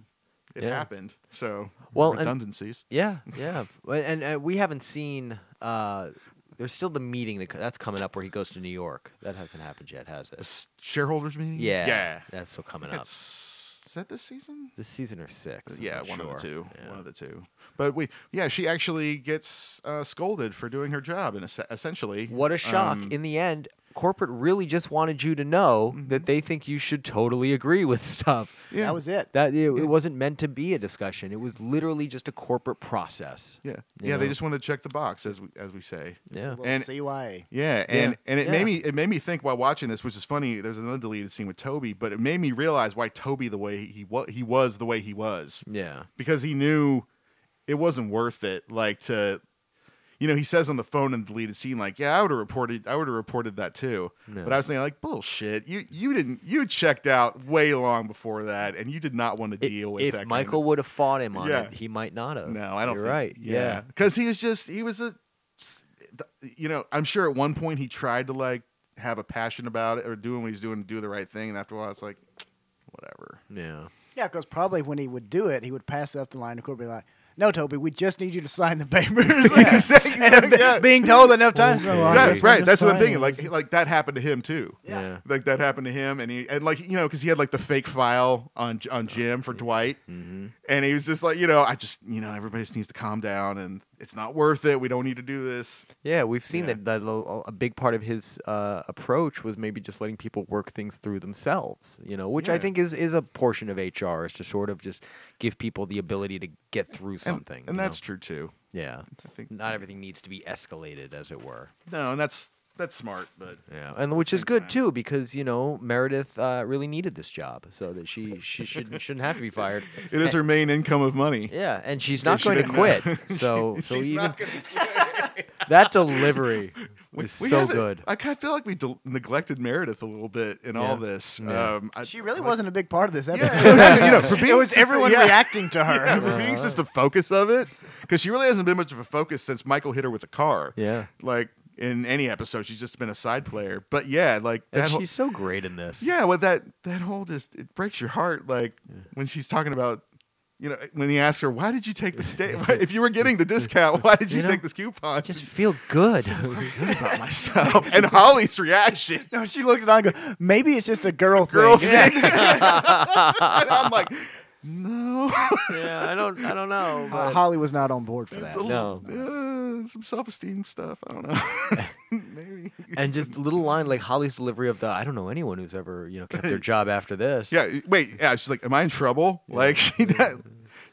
[SPEAKER 5] It
[SPEAKER 4] Yeah.
[SPEAKER 5] happened. So
[SPEAKER 4] Well, and-
[SPEAKER 5] redundancies.
[SPEAKER 4] yeah, yeah, Well, and, and we haven't seen. Uh, there's still the meeting that, c- that's coming up where he goes to New York. That hasn't happened yet, has
[SPEAKER 5] The
[SPEAKER 4] it?
[SPEAKER 5] s- shareholders meeting.
[SPEAKER 4] Yeah,
[SPEAKER 5] yeah.
[SPEAKER 4] that's still coming up.
[SPEAKER 5] That's, is that this season?
[SPEAKER 4] This season or six? I'm
[SPEAKER 5] yeah,
[SPEAKER 4] not
[SPEAKER 5] one
[SPEAKER 4] sure.
[SPEAKER 5] of the two.
[SPEAKER 4] Yeah.
[SPEAKER 5] One of the two. But we, yeah, she actually gets uh, scolded for doing her job, and es- essentially,
[SPEAKER 4] What a shock!
[SPEAKER 5] um, Mm-hmm.
[SPEAKER 4] In the end, corporate really just wanted you to know that they think you should totally agree with stuff.
[SPEAKER 5] yeah,
[SPEAKER 6] That was it.
[SPEAKER 4] That it, it wasn't meant to be a discussion. It was literally just a corporate process.
[SPEAKER 5] Yeah,
[SPEAKER 4] you
[SPEAKER 5] yeah. They
[SPEAKER 4] know?
[SPEAKER 5] just want to check the box, as we, as we say.
[SPEAKER 4] Yeah.
[SPEAKER 6] Little
[SPEAKER 5] And-
[SPEAKER 6] CYA.
[SPEAKER 5] Yeah, and and it
[SPEAKER 4] yeah.
[SPEAKER 5] made me it made me think while watching this, which is funny. There's another deleted scene with Toby, but it made me realize why Toby the way he was he was the way he was
[SPEAKER 4] Yeah.
[SPEAKER 5] because he knew it wasn't worth it. Like to, you know, he says on the phone in the deleted scene, like, "Yeah, I would have reported. I would have reported that too."
[SPEAKER 4] No.
[SPEAKER 5] But I was thinking, like, bullshit. You you didn't you checked out way long before that, and you did not want to
[SPEAKER 4] I-
[SPEAKER 5] deal with
[SPEAKER 4] if
[SPEAKER 5] that. kind of-
[SPEAKER 4] Michael would have fought him on
[SPEAKER 5] Yeah.
[SPEAKER 4] it, he might not have.
[SPEAKER 5] no, I don't.
[SPEAKER 4] You're
[SPEAKER 5] think-
[SPEAKER 4] right. Yeah.
[SPEAKER 5] because he was just he was a, you know, I'm sure at one point he tried to like have a passion about it or doing what he's doing to do the right thing, and after a while it's like, whatever.
[SPEAKER 4] Yeah.
[SPEAKER 6] Yeah, because probably when he would do it, he would pass up the line and be like, "No, Toby, we just need you to sign the papers."
[SPEAKER 5] Yeah,
[SPEAKER 6] Like,
[SPEAKER 5] exactly,
[SPEAKER 6] and
[SPEAKER 5] yeah.
[SPEAKER 6] Being told enough times. "No, I
[SPEAKER 5] Yeah,
[SPEAKER 6] just- I
[SPEAKER 5] right.
[SPEAKER 6] just
[SPEAKER 5] That's what I'm
[SPEAKER 6] signed
[SPEAKER 5] thinking.
[SPEAKER 6] it."
[SPEAKER 5] Like, like that happened to him too.
[SPEAKER 4] Yeah.
[SPEAKER 5] Like that happened to him, and he and like you know because he had like the fake file on J- on Jim for Dwight,
[SPEAKER 4] Mm-hmm.
[SPEAKER 5] and he was just like you know I just you know everybody just needs to calm down and it's not worth it. We don't need to do this.
[SPEAKER 4] Yeah, we've seen
[SPEAKER 5] Yeah.
[SPEAKER 4] that, that a, a big part of his uh, approach was maybe just letting people work things through themselves, you know, which I
[SPEAKER 5] Yeah.
[SPEAKER 4] think is, is a portion of HR is to sort of just give people the ability to get through
[SPEAKER 5] And-
[SPEAKER 4] something.
[SPEAKER 5] and,
[SPEAKER 4] you know?
[SPEAKER 5] that's true too.
[SPEAKER 4] yeah.
[SPEAKER 5] I think
[SPEAKER 4] Not everything needs to be escalated, as it were.
[SPEAKER 5] no, and that's that's smart, but
[SPEAKER 4] Yeah, and which is
[SPEAKER 5] same
[SPEAKER 4] good
[SPEAKER 5] time.
[SPEAKER 4] too because you know Meredith uh, really needed this job, so that she she shouldn't shouldn't have to be fired.
[SPEAKER 5] it is her main income of money.
[SPEAKER 4] Yeah, and she's
[SPEAKER 5] Yeah,
[SPEAKER 4] not
[SPEAKER 5] she
[SPEAKER 4] going to
[SPEAKER 5] didn't
[SPEAKER 4] quit.
[SPEAKER 5] know.
[SPEAKER 4] So so
[SPEAKER 5] She's
[SPEAKER 4] even
[SPEAKER 5] not gonna-
[SPEAKER 4] that delivery
[SPEAKER 5] we-
[SPEAKER 4] was
[SPEAKER 5] we
[SPEAKER 4] so
[SPEAKER 5] haven't-
[SPEAKER 4] good.
[SPEAKER 5] I kind of feel like we del neglected Meredith a little bit in all
[SPEAKER 4] Yeah.
[SPEAKER 5] this.
[SPEAKER 4] Yeah.
[SPEAKER 5] Um, I,
[SPEAKER 6] She really
[SPEAKER 5] like-
[SPEAKER 6] wasn't a big part of this
[SPEAKER 5] Yeah,
[SPEAKER 6] episode.
[SPEAKER 5] exactly. You know, for being
[SPEAKER 6] it was
[SPEAKER 5] since the-
[SPEAKER 6] everyone
[SPEAKER 5] yeah.
[SPEAKER 6] reacting to her.
[SPEAKER 5] Yeah, for being just the focus of it, because she really hasn't been much of a focus since Michael hit her with the car.
[SPEAKER 4] Yeah,
[SPEAKER 5] Like in any episode, she's just been a side player. But yeah, like that.
[SPEAKER 4] and
[SPEAKER 5] whole-
[SPEAKER 4] she's so great in this.
[SPEAKER 5] yeah, well, that that whole just it breaks your heart. Like when she's talking about, you know, when he asks her, "Why did you take the state? If you were getting the discount, why did you,
[SPEAKER 4] You know,
[SPEAKER 5] take this coupon?"
[SPEAKER 4] just feel good.
[SPEAKER 5] good about myself. and Holly's reaction.
[SPEAKER 6] No, she looks at I and goes, maybe it's just a girl,
[SPEAKER 5] Girl
[SPEAKER 6] thing.
[SPEAKER 5] thing. and I'm like, no.
[SPEAKER 4] yeah, I don't I don't know.
[SPEAKER 6] Uh, Holly was not on board for
[SPEAKER 5] It's
[SPEAKER 6] that.
[SPEAKER 5] a little,
[SPEAKER 4] No.
[SPEAKER 5] uh, some self esteem stuff. I don't know. Maybe.
[SPEAKER 4] and just a little line like Holly's delivery of the I don't know anyone who's ever you know kept their job after this.
[SPEAKER 5] Yeah. Wait. Yeah. She's like, am I in trouble? Like she does.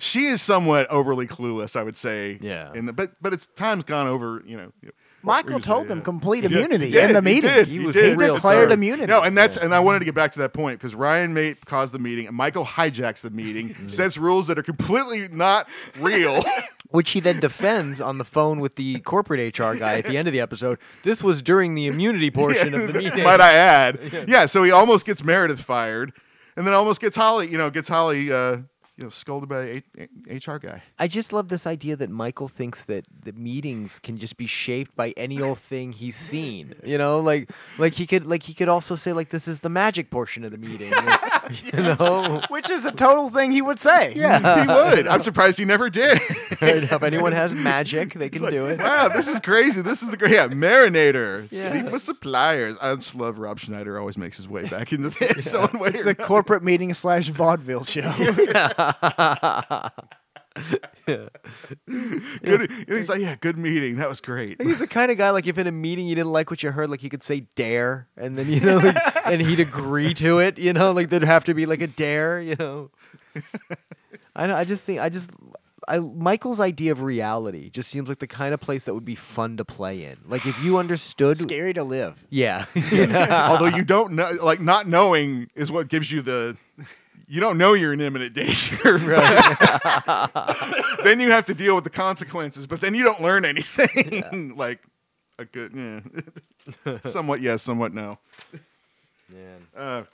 [SPEAKER 5] She is somewhat overly clueless, I would say.
[SPEAKER 4] Yeah.
[SPEAKER 5] In the, but but it's time's gone over. You know. you know,
[SPEAKER 6] Michael
[SPEAKER 5] we're just-
[SPEAKER 6] told them complete
[SPEAKER 5] Yeah,
[SPEAKER 6] immunity
[SPEAKER 5] he did,
[SPEAKER 6] in the
[SPEAKER 5] he
[SPEAKER 6] meeting.
[SPEAKER 5] did,
[SPEAKER 4] He
[SPEAKER 5] he
[SPEAKER 4] was
[SPEAKER 5] did.
[SPEAKER 6] He
[SPEAKER 4] real
[SPEAKER 6] declared
[SPEAKER 4] sir.
[SPEAKER 6] immunity.
[SPEAKER 5] No, and that's and I wanted to get back to that point because Ryan May caused the meeting, and Michael hijacks the meeting,
[SPEAKER 6] Mm.
[SPEAKER 5] sets rules that are completely not real.
[SPEAKER 4] which he then defends on the phone with the corporate HR guy at the end of the episode. This was during the immunity portion of the meeting.
[SPEAKER 5] might I add? Yeah. so he almost gets Meredith fired, and then almost gets Holly. You know, gets Holly. Uh, you know, scolded by a- a- HR guy.
[SPEAKER 4] I just love this idea that Michael thinks that the meetings can just be shaped by any old thing he's seen. You know, like like he could like he could also say like this is the magic portion of the meeting. or- you know,
[SPEAKER 6] Which is a total thing he would say.
[SPEAKER 5] he would. I'm surprised he never did.
[SPEAKER 4] right? if anyone has magic, they can
[SPEAKER 5] Like,
[SPEAKER 4] do it.
[SPEAKER 5] Wow, this is crazy. This is the great yeah, marinator.
[SPEAKER 4] Yeah.
[SPEAKER 5] Sleep with suppliers. I just love Rob Schneider. Always makes his way back into this. So one way
[SPEAKER 6] It's
[SPEAKER 5] or
[SPEAKER 6] a corporate meeting slash vaudeville show.
[SPEAKER 5] another. good. and he's like, yeah, good meeting. That was great.
[SPEAKER 4] He's the kind of guy like if in a meeting you didn't like what you heard, like you could say dare, and then you know, like, and he'd agree to it. You know, like there'd have to be like a dare. You know, I know. I just think I just I Michael's idea of reality just seems like the kind of place that would be fun to play in. Like if you understood,
[SPEAKER 6] Scary to live.
[SPEAKER 4] yeah, you know?
[SPEAKER 5] Although you don't know, like not knowing is what gives you the. You don't know you're in imminent danger. then you have to deal with the consequences, but then you don't learn anything. like a good, yeah. somewhat yes, somewhat no. Uh,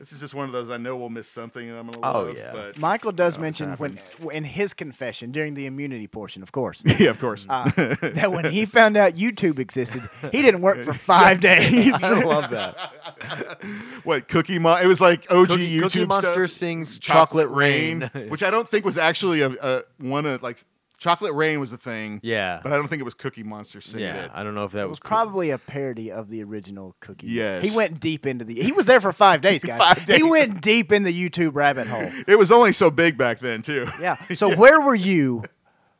[SPEAKER 5] This is just one of those I know we'll miss something and I'm gonna
[SPEAKER 4] Oh,
[SPEAKER 5] love.
[SPEAKER 4] yeah.
[SPEAKER 5] But
[SPEAKER 6] Michael does
[SPEAKER 5] Always
[SPEAKER 6] mention when
[SPEAKER 5] happens.
[SPEAKER 6] in his confession during the immunity portion, of course,
[SPEAKER 5] yeah, of course.
[SPEAKER 6] uh, that when he found out YouTube existed, he didn't work for five days.
[SPEAKER 4] I love that.
[SPEAKER 5] what Cookie Monster? It was like OG
[SPEAKER 4] Cookie-
[SPEAKER 5] YouTube
[SPEAKER 4] Cookie Monster
[SPEAKER 5] stuff.
[SPEAKER 4] sings Chocolate Rain.
[SPEAKER 5] which I don't think was actually a, a one of like Chocolate Rain was the thing.
[SPEAKER 4] Yeah.
[SPEAKER 5] but I don't think it was Cookie Monster singing
[SPEAKER 4] Yeah,
[SPEAKER 5] it.
[SPEAKER 4] I don't know if that
[SPEAKER 6] It
[SPEAKER 4] was
[SPEAKER 6] was
[SPEAKER 4] cool.
[SPEAKER 6] probably a parody of the original Cookie.
[SPEAKER 5] Yes.
[SPEAKER 6] He went deep into the. He was there for five days, guys.
[SPEAKER 5] Five days.
[SPEAKER 6] He went deep in the YouTube rabbit hole.
[SPEAKER 5] It was only so big back then too.
[SPEAKER 6] Yeah. So where were you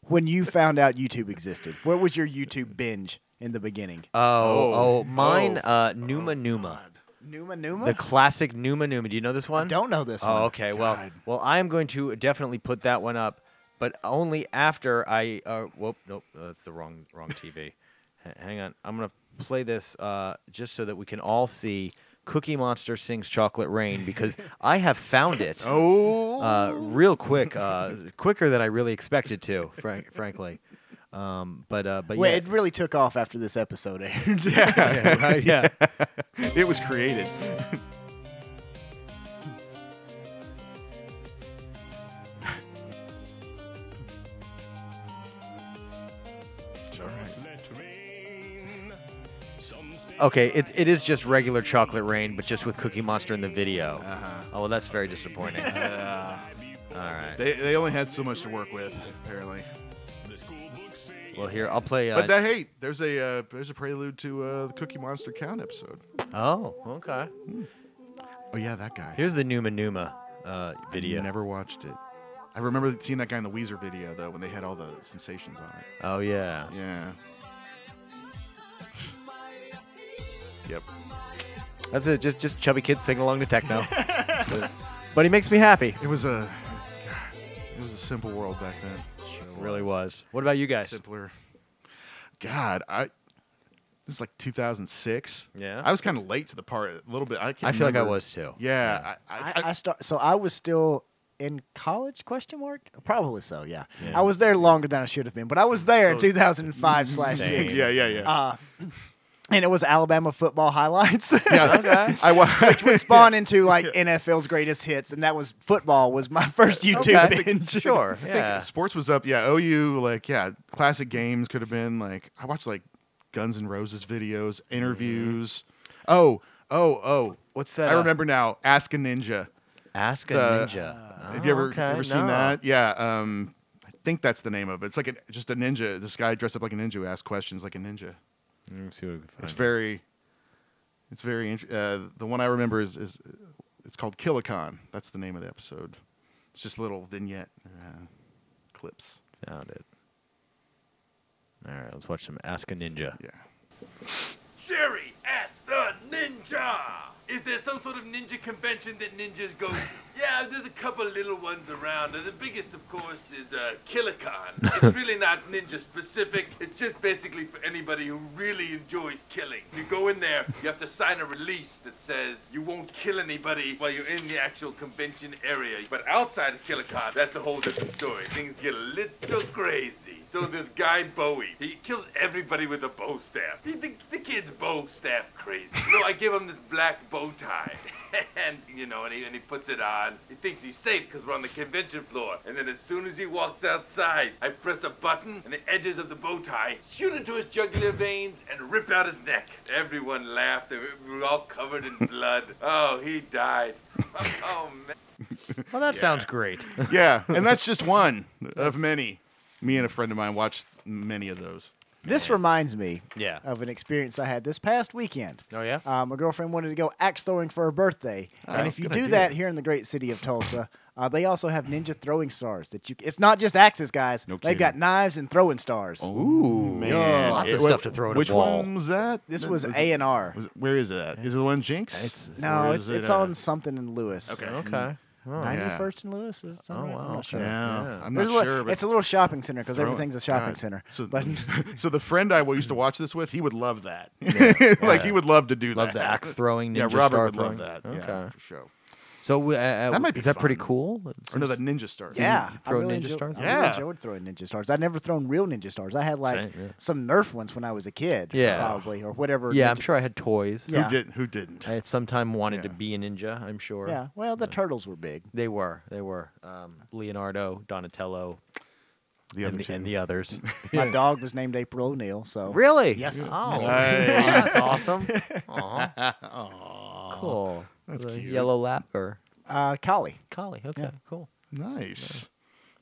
[SPEAKER 6] when you found out YouTube existed? Where was your YouTube binge in the beginning?
[SPEAKER 4] Oh,
[SPEAKER 5] Oh,
[SPEAKER 4] oh, mine,
[SPEAKER 5] oh,
[SPEAKER 4] uh, Numa Numa,
[SPEAKER 6] Numa Numa.
[SPEAKER 4] the classic Numa Numa. Do you know this one?
[SPEAKER 6] Don't know this one.
[SPEAKER 4] Oh, okay. Well,
[SPEAKER 5] God.
[SPEAKER 4] well, I am going to definitely put that one up, but only after I. Uh, whoop, nope, that's the wrong, wrong TV. H- hang on, I'm gonna play this uh, just so that we can all see Cookie Monster sings "Chocolate Rain" because I have found it
[SPEAKER 5] Oh,
[SPEAKER 4] uh, real quick, uh, quicker than I really expected to, frank, frankly. Um, but uh, but
[SPEAKER 6] Wait,
[SPEAKER 4] yeah,
[SPEAKER 6] it really took off after this episode aired.
[SPEAKER 5] yeah,
[SPEAKER 4] yeah, right, yeah.
[SPEAKER 5] it was created.
[SPEAKER 4] Okay, it, it is just regular chocolate rain, but just with Cookie Monster in the video.
[SPEAKER 5] Uh-huh.
[SPEAKER 4] Oh, well, that's very disappointing. All right.
[SPEAKER 5] They they only had so much to work with apparently.
[SPEAKER 4] Well, here I'll play. Uh,
[SPEAKER 5] But that hey, there's a uh, there's a prelude to uh, the Cookie Monster Count episode.
[SPEAKER 4] oh, okay.
[SPEAKER 5] Oh yeah, that guy.
[SPEAKER 4] Here's the Numa Numa uh, video.
[SPEAKER 5] Never watched it. I remember seeing that guy in the Weezer video though, when they had all the sensations on it.
[SPEAKER 4] Oh yeah.
[SPEAKER 5] Yeah. Yep.
[SPEAKER 4] That's it. Just just chubby kids sing along to techno. but, but he makes me happy.
[SPEAKER 5] It was a, God, it was a simple world back then. Sure
[SPEAKER 4] It really was. What about you guys?
[SPEAKER 5] simpler. God, I. It was like 2006.
[SPEAKER 4] Yeah.
[SPEAKER 5] I was kind of late to the part a little bit. I, can't
[SPEAKER 4] I feel like I
[SPEAKER 5] remember.
[SPEAKER 4] was too.
[SPEAKER 5] Yeah. I,
[SPEAKER 6] I,
[SPEAKER 5] I, I,
[SPEAKER 6] I start. So I was still in college? Question mark. Probably so. Yeah.
[SPEAKER 4] Yeah.
[SPEAKER 6] I was there longer than I should have been, but I was there in 2005 slash
[SPEAKER 4] Same.
[SPEAKER 6] six.
[SPEAKER 5] yeah, yeah, yeah.
[SPEAKER 6] Uh, and it was Alabama football highlights.
[SPEAKER 5] yeah.
[SPEAKER 4] Okay.
[SPEAKER 5] I was.
[SPEAKER 6] Spawn into like NFL's greatest hits, and that was football was my first YouTube
[SPEAKER 4] Okay.
[SPEAKER 6] binge.
[SPEAKER 4] Sure. Yeah.
[SPEAKER 5] Sports was up. Yeah. OU, like, yeah. Classic games could have been like, I watched like Guns N' Roses videos, interviews.
[SPEAKER 4] Mm-hmm.
[SPEAKER 5] Oh, oh, oh.
[SPEAKER 4] What's that?
[SPEAKER 5] I
[SPEAKER 4] uh,
[SPEAKER 5] remember now. Ask a Ninja.
[SPEAKER 4] Ask a
[SPEAKER 5] the- Uh,
[SPEAKER 4] ninja.
[SPEAKER 5] Have you
[SPEAKER 4] Oh,
[SPEAKER 5] ever
[SPEAKER 4] okay,
[SPEAKER 5] ever
[SPEAKER 4] no.
[SPEAKER 5] seen that? Yeah. Um, I think that's the name of it. It's like a, just a ninja. This guy dressed up like a ninja who asks questions like a ninja.
[SPEAKER 4] Let me see what we can
[SPEAKER 5] It's
[SPEAKER 4] find.
[SPEAKER 5] very, it's very. int- Uh, the one I remember is is uh, it's called Killicon. That's the name of the episode. It's just little vignette uh, clips.
[SPEAKER 4] Found it. All right, let's watch some Ask a Ninja.
[SPEAKER 5] Yeah.
[SPEAKER 9] Jerry asks a ninja. Is there some sort of ninja convention that ninjas go to? Yeah, there's a couple little ones around. Uh, The biggest, of course, is uh, Killicon. It's really not ninja specific. It's just basically for anybody who really enjoys killing. You go in there, you have to sign a release that says you won't kill anybody while you're in the actual convention area. But outside of Killicon, that's a whole different story. Things get a little crazy. So this guy Bowie, he kills everybody with a bow staff. He, the, the kid's bow staff crazy. So I give him this black bow tie. and, you know, and he, and he puts it on. He thinks he's safe because we're on the convention floor. And then as soon as he walks outside, I press a button and the edges of the bow tie shoot into his jugular veins and rip out his neck. Everyone laughed. They were we were all covered in blood. Oh, he died. oh, man.
[SPEAKER 4] Well, that sounds great.
[SPEAKER 5] Yeah, and that's just one of many. Me and a friend of mine watched many of those.
[SPEAKER 6] This reminds me
[SPEAKER 4] Yeah.
[SPEAKER 6] of an experience I had this past weekend.
[SPEAKER 4] Oh, yeah?
[SPEAKER 6] Uh, my girlfriend wanted to go axe throwing for her birthday, and if you
[SPEAKER 5] Ah, good
[SPEAKER 6] do
[SPEAKER 5] idea.
[SPEAKER 6] that here in the great city of Tulsa, uh, they also have ninja throwing stars that you. It's not just axes, guys.
[SPEAKER 5] No
[SPEAKER 6] They've got
[SPEAKER 5] kidding. Oh,
[SPEAKER 6] knives and throwing stars.
[SPEAKER 5] Ooh, man!
[SPEAKER 4] Lots of
[SPEAKER 5] It-
[SPEAKER 4] stuff to throw at a
[SPEAKER 5] Which
[SPEAKER 4] wall.
[SPEAKER 5] one was that?
[SPEAKER 6] This
[SPEAKER 5] That-
[SPEAKER 6] was A and R.
[SPEAKER 5] was it- where is it at? Is it the one Jinx?
[SPEAKER 4] It's-
[SPEAKER 6] No,
[SPEAKER 5] Or
[SPEAKER 6] it's
[SPEAKER 5] is it,
[SPEAKER 6] it's
[SPEAKER 5] uh,
[SPEAKER 6] on something in Lewis.
[SPEAKER 5] Okay. Oh,
[SPEAKER 4] Okay.
[SPEAKER 5] yeah.
[SPEAKER 6] 91st and Lewis. Is that
[SPEAKER 4] Oh,
[SPEAKER 6] right? I'm
[SPEAKER 4] wow,
[SPEAKER 6] not
[SPEAKER 4] okay.
[SPEAKER 6] sure.
[SPEAKER 5] No,
[SPEAKER 4] Yeah.
[SPEAKER 5] I'm
[SPEAKER 6] There's a
[SPEAKER 5] not
[SPEAKER 6] little-
[SPEAKER 5] sure. But
[SPEAKER 6] it's a little shopping center because
[SPEAKER 5] Throwing-
[SPEAKER 6] everything's a shopping
[SPEAKER 5] God.
[SPEAKER 6] center.
[SPEAKER 5] So,
[SPEAKER 6] but
[SPEAKER 5] so the friend I used to watch this with, he would love that. like
[SPEAKER 4] Yeah.
[SPEAKER 5] he would love to do
[SPEAKER 4] Love
[SPEAKER 5] that.
[SPEAKER 4] the axe throwing,
[SPEAKER 5] Yeah,
[SPEAKER 4] ninja
[SPEAKER 5] Robert
[SPEAKER 4] star
[SPEAKER 5] would
[SPEAKER 4] throwing.
[SPEAKER 5] love that.
[SPEAKER 4] Okay.
[SPEAKER 5] Yeah, for sure.
[SPEAKER 4] So we- uh, uh,
[SPEAKER 5] That might be
[SPEAKER 4] is that pretty
[SPEAKER 5] fun.
[SPEAKER 4] cool?
[SPEAKER 5] Or no, that ninja star.
[SPEAKER 6] Yeah, I
[SPEAKER 4] throw
[SPEAKER 6] really
[SPEAKER 4] ninja
[SPEAKER 6] enjoy-
[SPEAKER 4] stars?
[SPEAKER 6] I really
[SPEAKER 5] Yeah.
[SPEAKER 6] enjoyed throwing ninja stars. I'd never thrown real ninja stars. I had like
[SPEAKER 4] Same, yeah.
[SPEAKER 6] some Nerf ones when I was a kid.
[SPEAKER 4] Yeah.
[SPEAKER 6] probably or whatever.
[SPEAKER 4] yeah, I'm
[SPEAKER 6] ninja-
[SPEAKER 4] sure I had toys.
[SPEAKER 5] Who
[SPEAKER 6] Yeah.
[SPEAKER 5] didn't? Who didn't?
[SPEAKER 4] I at some time wanted to
[SPEAKER 5] Yeah.
[SPEAKER 4] be a ninja. I'm sure.
[SPEAKER 6] Yeah, well, the turtles were big.
[SPEAKER 4] They were. They were. Um, Leonardo, Donatello,
[SPEAKER 5] The other
[SPEAKER 4] and, the,
[SPEAKER 5] two.
[SPEAKER 4] and the others.
[SPEAKER 6] My dog was named April O'Neil. So
[SPEAKER 4] really?
[SPEAKER 6] Yes.
[SPEAKER 4] Oh,
[SPEAKER 5] Nice.
[SPEAKER 4] that's awesome. Aw. Cool.
[SPEAKER 5] That's
[SPEAKER 4] The
[SPEAKER 5] cute.
[SPEAKER 4] Yellow lab or
[SPEAKER 6] uh, Collie.
[SPEAKER 4] collie. Okay. Cool.
[SPEAKER 5] nice.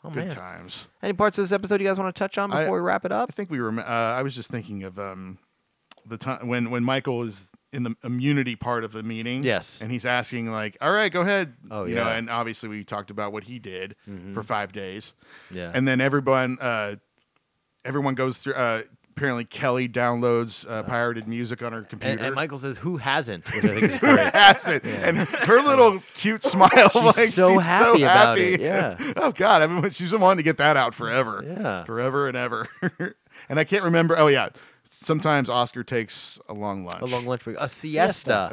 [SPEAKER 4] Oh
[SPEAKER 5] Good
[SPEAKER 4] man.
[SPEAKER 5] times.
[SPEAKER 4] Any parts of this episode you guys want to touch on
[SPEAKER 5] I-
[SPEAKER 4] before we wrap it up?
[SPEAKER 5] I think we were. Uh, I was just thinking of um, the time when when Michael is in the immunity part of the meeting.
[SPEAKER 4] Yes.
[SPEAKER 5] and he's asking like, "All right, go ahead."
[SPEAKER 4] Oh,
[SPEAKER 5] you know,
[SPEAKER 4] yeah. Mm-hmm.
[SPEAKER 5] and obviously we talked about what he did for five days,
[SPEAKER 4] Yeah.
[SPEAKER 5] and then everyone uh, everyone goes through. Uh, apparently, Kelly downloads uh, pirated music on her computer.
[SPEAKER 4] Uh-huh. and, and Michael says, "Who hasn't?" Which I think is great.
[SPEAKER 5] has it. And her little cute smile,
[SPEAKER 4] She's
[SPEAKER 5] like
[SPEAKER 4] so
[SPEAKER 5] she's
[SPEAKER 4] happy
[SPEAKER 5] so
[SPEAKER 4] about
[SPEAKER 5] happy.
[SPEAKER 4] it, yeah.
[SPEAKER 5] oh God, I mean, she's been wanting to get that out forever.
[SPEAKER 4] Yeah.
[SPEAKER 5] Forever and ever. and I can't remember. Oh yeah, sometimes Oscar takes a long lunch.
[SPEAKER 4] A long lunch break, a siesta.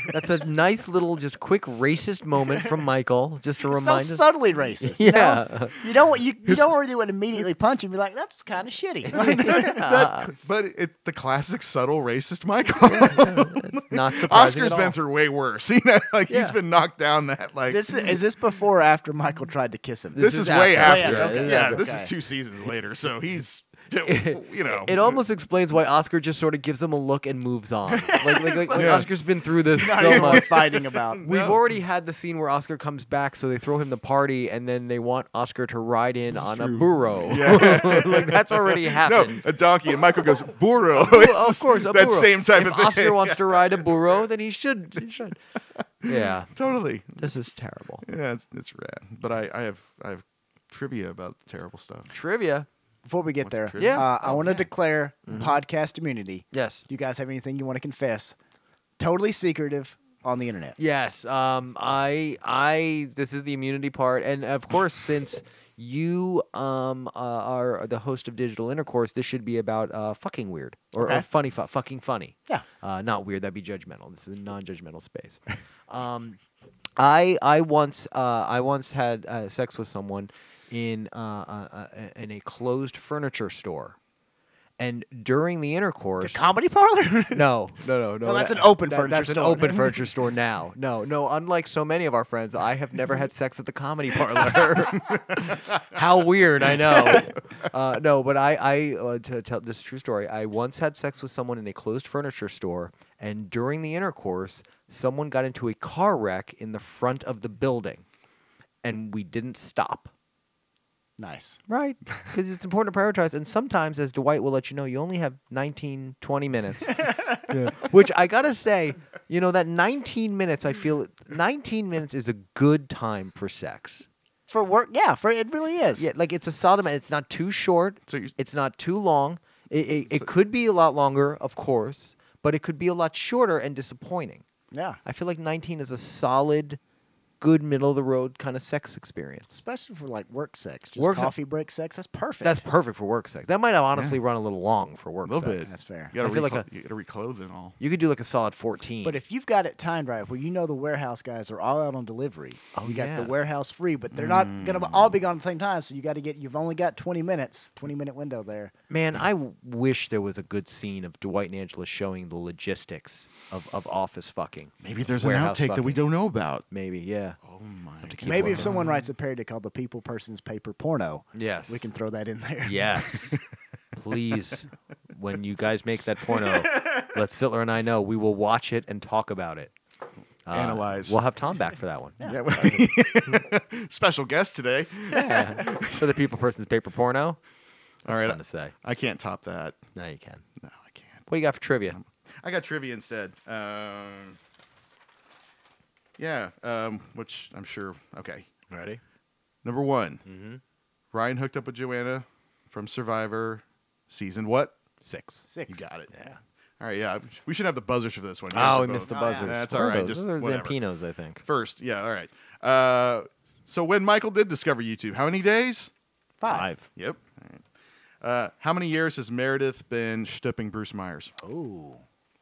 [SPEAKER 4] That's a nice little, just quick racist moment from Michael, just to
[SPEAKER 6] So
[SPEAKER 4] remind us.
[SPEAKER 6] subtly racist. you know?
[SPEAKER 4] yeah.
[SPEAKER 6] You don't you, you don't really want to immediately punch him. You're like, that's kind of shitty.
[SPEAKER 5] That- Uh, but it, the classic subtle racist Michael.
[SPEAKER 4] Not surprising at
[SPEAKER 5] Oscar's
[SPEAKER 4] all.
[SPEAKER 5] been through way worse. You know, like he's
[SPEAKER 4] Yeah.
[SPEAKER 5] been knocked down that like.
[SPEAKER 6] this is, is this before or after Michael tried to kiss him?
[SPEAKER 5] this
[SPEAKER 4] This
[SPEAKER 5] is,
[SPEAKER 4] is
[SPEAKER 5] way
[SPEAKER 4] after.
[SPEAKER 5] after.
[SPEAKER 6] Oh, yeah, okay.
[SPEAKER 5] Yeah,
[SPEAKER 6] Okay.
[SPEAKER 5] this is
[SPEAKER 6] Okay.
[SPEAKER 5] two seasons later. So he's, you know,
[SPEAKER 4] It almost explains why Oscar just sort of gives him a look and moves on. Like, like, like, like
[SPEAKER 5] Yeah.
[SPEAKER 4] Oscar's been through this
[SPEAKER 6] Not
[SPEAKER 4] so
[SPEAKER 6] even worth
[SPEAKER 4] much.
[SPEAKER 6] fighting about.
[SPEAKER 4] We've already had the scene where Oscar comes back, so they throw him the party, and then they want Oscar to ride in on a burro. like that's already happened.
[SPEAKER 5] No, a donkey. And Michael goes, burro.
[SPEAKER 4] Well, of course, a
[SPEAKER 5] that
[SPEAKER 4] burro.
[SPEAKER 5] same type
[SPEAKER 4] if
[SPEAKER 5] of thing.
[SPEAKER 4] Oscar wants to ride a burro, then he should. He should. Yeah,
[SPEAKER 5] Totally.
[SPEAKER 4] this is terrible.
[SPEAKER 5] Yeah, it's, it's rad. But I, I have I have trivia about terrible stuff.
[SPEAKER 4] Trivia.
[SPEAKER 6] Before we get
[SPEAKER 5] What's
[SPEAKER 6] there,
[SPEAKER 5] true?
[SPEAKER 4] Yeah.
[SPEAKER 6] uh, I
[SPEAKER 4] Oh,
[SPEAKER 6] want to
[SPEAKER 4] yeah.
[SPEAKER 6] declare podcast immunity.
[SPEAKER 4] Yes.
[SPEAKER 6] Do you guys have anything you want to confess? Totally secretive on the internet.
[SPEAKER 4] Yes. Um. I. I. This is the immunity part, and of course, since you um uh, are the host of Digital Intercourse, this should be about uh fucking weird or,
[SPEAKER 6] Okay.
[SPEAKER 4] or funny fu- fucking funny.
[SPEAKER 6] Yeah.
[SPEAKER 4] Uh, not weird. That'd be judgmental. This is a non-judgmental space. Um, I I once uh, I once had uh, sex with someone in uh, uh, uh, in a closed furniture store, and during the intercourse,
[SPEAKER 6] Comedy parlor?
[SPEAKER 4] no, no, no, no.
[SPEAKER 6] No, that's
[SPEAKER 4] that-
[SPEAKER 6] an open
[SPEAKER 4] that-
[SPEAKER 6] furniture
[SPEAKER 4] That's an
[SPEAKER 6] store.
[SPEAKER 4] open furniture store now. No, no. Unlike so many of our friends, I have never had sex at the comedy parlor. How weird, I know. Uh, no, but I, I uh, to tell this is a true story. I once had sex with someone in a closed furniture store, and during the intercourse, someone got into a car wreck in the front of the building, and we didn't stop.
[SPEAKER 6] nice.
[SPEAKER 4] Right. Because it's important to prioritize. And sometimes, as Dwight will let you know, you only have 19, 20 minutes. Which I got to say, you know, that 19 minutes, I feel 19 minutes is a good time for sex.
[SPEAKER 6] For work, yeah, for it really is.
[SPEAKER 4] Yeah, like it's a solid amount. It's not too short.
[SPEAKER 5] So you-
[SPEAKER 4] It's not too long. It, it, it could be a lot longer, of course, but it could be a lot shorter and disappointing.
[SPEAKER 6] Yeah.
[SPEAKER 4] I feel like 19 is a solid, good middle of the road kind of sex experience.
[SPEAKER 6] Especially for like work sex. Just
[SPEAKER 4] Work se-
[SPEAKER 6] coffee break sex. That's perfect.
[SPEAKER 4] That's perfect for work sex. That might have honestly run a little long for work
[SPEAKER 5] A little
[SPEAKER 4] sex.
[SPEAKER 5] bit.
[SPEAKER 6] That's fair.
[SPEAKER 5] You gotta,
[SPEAKER 4] I feel like
[SPEAKER 5] reclo-
[SPEAKER 4] a-
[SPEAKER 5] you gotta reclothe and all.
[SPEAKER 4] You could do like a solid 14.
[SPEAKER 6] But if you've got it timed right, where you know the warehouse guys are all out on delivery,
[SPEAKER 4] Oh,
[SPEAKER 6] you got
[SPEAKER 4] yeah.
[SPEAKER 6] the warehouse free, but they're not gonna all be gone at the same time. So you got to get. You've only got twenty minutes, twenty minute window there.
[SPEAKER 4] man, I w- wish there was a good scene of Dwight and Angela showing the logistics of, of office fucking.
[SPEAKER 5] Maybe there's
[SPEAKER 4] an Warehouse
[SPEAKER 5] an outtake that we
[SPEAKER 4] fucking.
[SPEAKER 5] don't know about.
[SPEAKER 4] Maybe, yeah.
[SPEAKER 5] Oh my.
[SPEAKER 4] Keep
[SPEAKER 6] Maybe
[SPEAKER 4] working.
[SPEAKER 6] if someone writes a parody called "The People Person's Paper Porno,"
[SPEAKER 4] Yes.
[SPEAKER 6] we can throw that in there.
[SPEAKER 4] Yes. Please, when you guys make that porno, let Sittler and I know. We will watch it and talk about it. Uh,
[SPEAKER 5] Analyze.
[SPEAKER 4] We'll have Tom back for that one.
[SPEAKER 5] Yeah, well- Special guest today.
[SPEAKER 4] For the people person's paper porno.
[SPEAKER 5] All right.
[SPEAKER 4] Fun to say.
[SPEAKER 5] I can't top that.
[SPEAKER 4] Now you can.
[SPEAKER 5] No, I can't.
[SPEAKER 4] What do you got for trivia?
[SPEAKER 5] I got trivia instead. Um, yeah, um, which I'm sure. Okay.
[SPEAKER 4] Ready?
[SPEAKER 5] Number one,
[SPEAKER 4] Mm-hmm.
[SPEAKER 5] Ryan hooked up with Joanna from Survivor season what?
[SPEAKER 4] Six.
[SPEAKER 6] Six.
[SPEAKER 5] You got it. Yeah. All right. Yeah. We should have the buzzers for this one. You guys
[SPEAKER 4] Oh,
[SPEAKER 5] are
[SPEAKER 4] we missed the
[SPEAKER 5] both-
[SPEAKER 4] buzzers.
[SPEAKER 5] That's
[SPEAKER 4] What
[SPEAKER 5] all
[SPEAKER 4] are
[SPEAKER 5] right.
[SPEAKER 4] Those?
[SPEAKER 5] Just
[SPEAKER 4] those are
[SPEAKER 5] whatever.
[SPEAKER 4] Zampinos, I think.
[SPEAKER 5] First. Yeah. All right. Uh, so when Michael did discover YouTube, how many days?
[SPEAKER 6] Five.
[SPEAKER 5] Yep. All right. Uh, how many years has Meredith been stooping Bruce Myers?
[SPEAKER 6] Oh,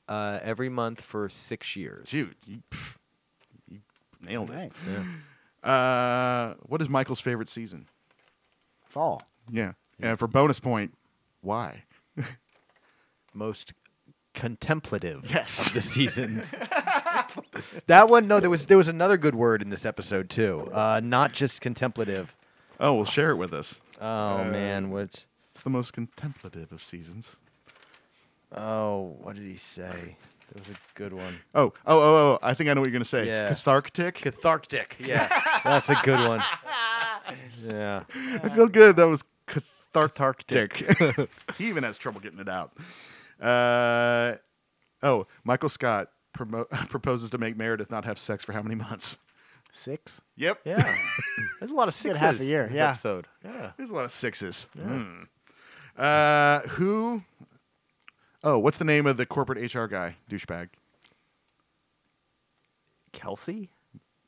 [SPEAKER 4] uh, every month for six years.
[SPEAKER 5] Dude, you, pff, you Nailed it.
[SPEAKER 6] Right.
[SPEAKER 5] Uh, what is Michael's favorite season?
[SPEAKER 6] Fall.
[SPEAKER 5] Yeah. And for bonus point, why?
[SPEAKER 4] Most contemplative
[SPEAKER 5] Yes.
[SPEAKER 4] of the season. that one, no, there was there was another good word in this episode too. Uh, not just contemplative.
[SPEAKER 5] Oh, well, share it with us.
[SPEAKER 4] Oh man, what?
[SPEAKER 5] It's the most contemplative of seasons.
[SPEAKER 4] Oh, what did he say? That was a good one.
[SPEAKER 5] Oh, oh, oh, oh! I think I know what you're gonna say.
[SPEAKER 4] Yeah.
[SPEAKER 5] Cathartic.
[SPEAKER 4] Cathartic. Yeah, that's a good one. Yeah.
[SPEAKER 5] I feel good. That was cathartic. he even has trouble getting it out. Uh, oh, Michael Scott promo- proposes to make Meredith not have sex for how many months?
[SPEAKER 6] Six.
[SPEAKER 5] Yep.
[SPEAKER 4] Yeah. There's a lot of
[SPEAKER 6] Good
[SPEAKER 4] sixes.
[SPEAKER 6] half a year,
[SPEAKER 4] in this
[SPEAKER 6] yeah.
[SPEAKER 4] episode. Yeah.
[SPEAKER 5] There's a lot of sixes. Hmm. Uh, who? Oh, what's the name of the corporate HR guy? Douchebag.
[SPEAKER 4] Kelsey?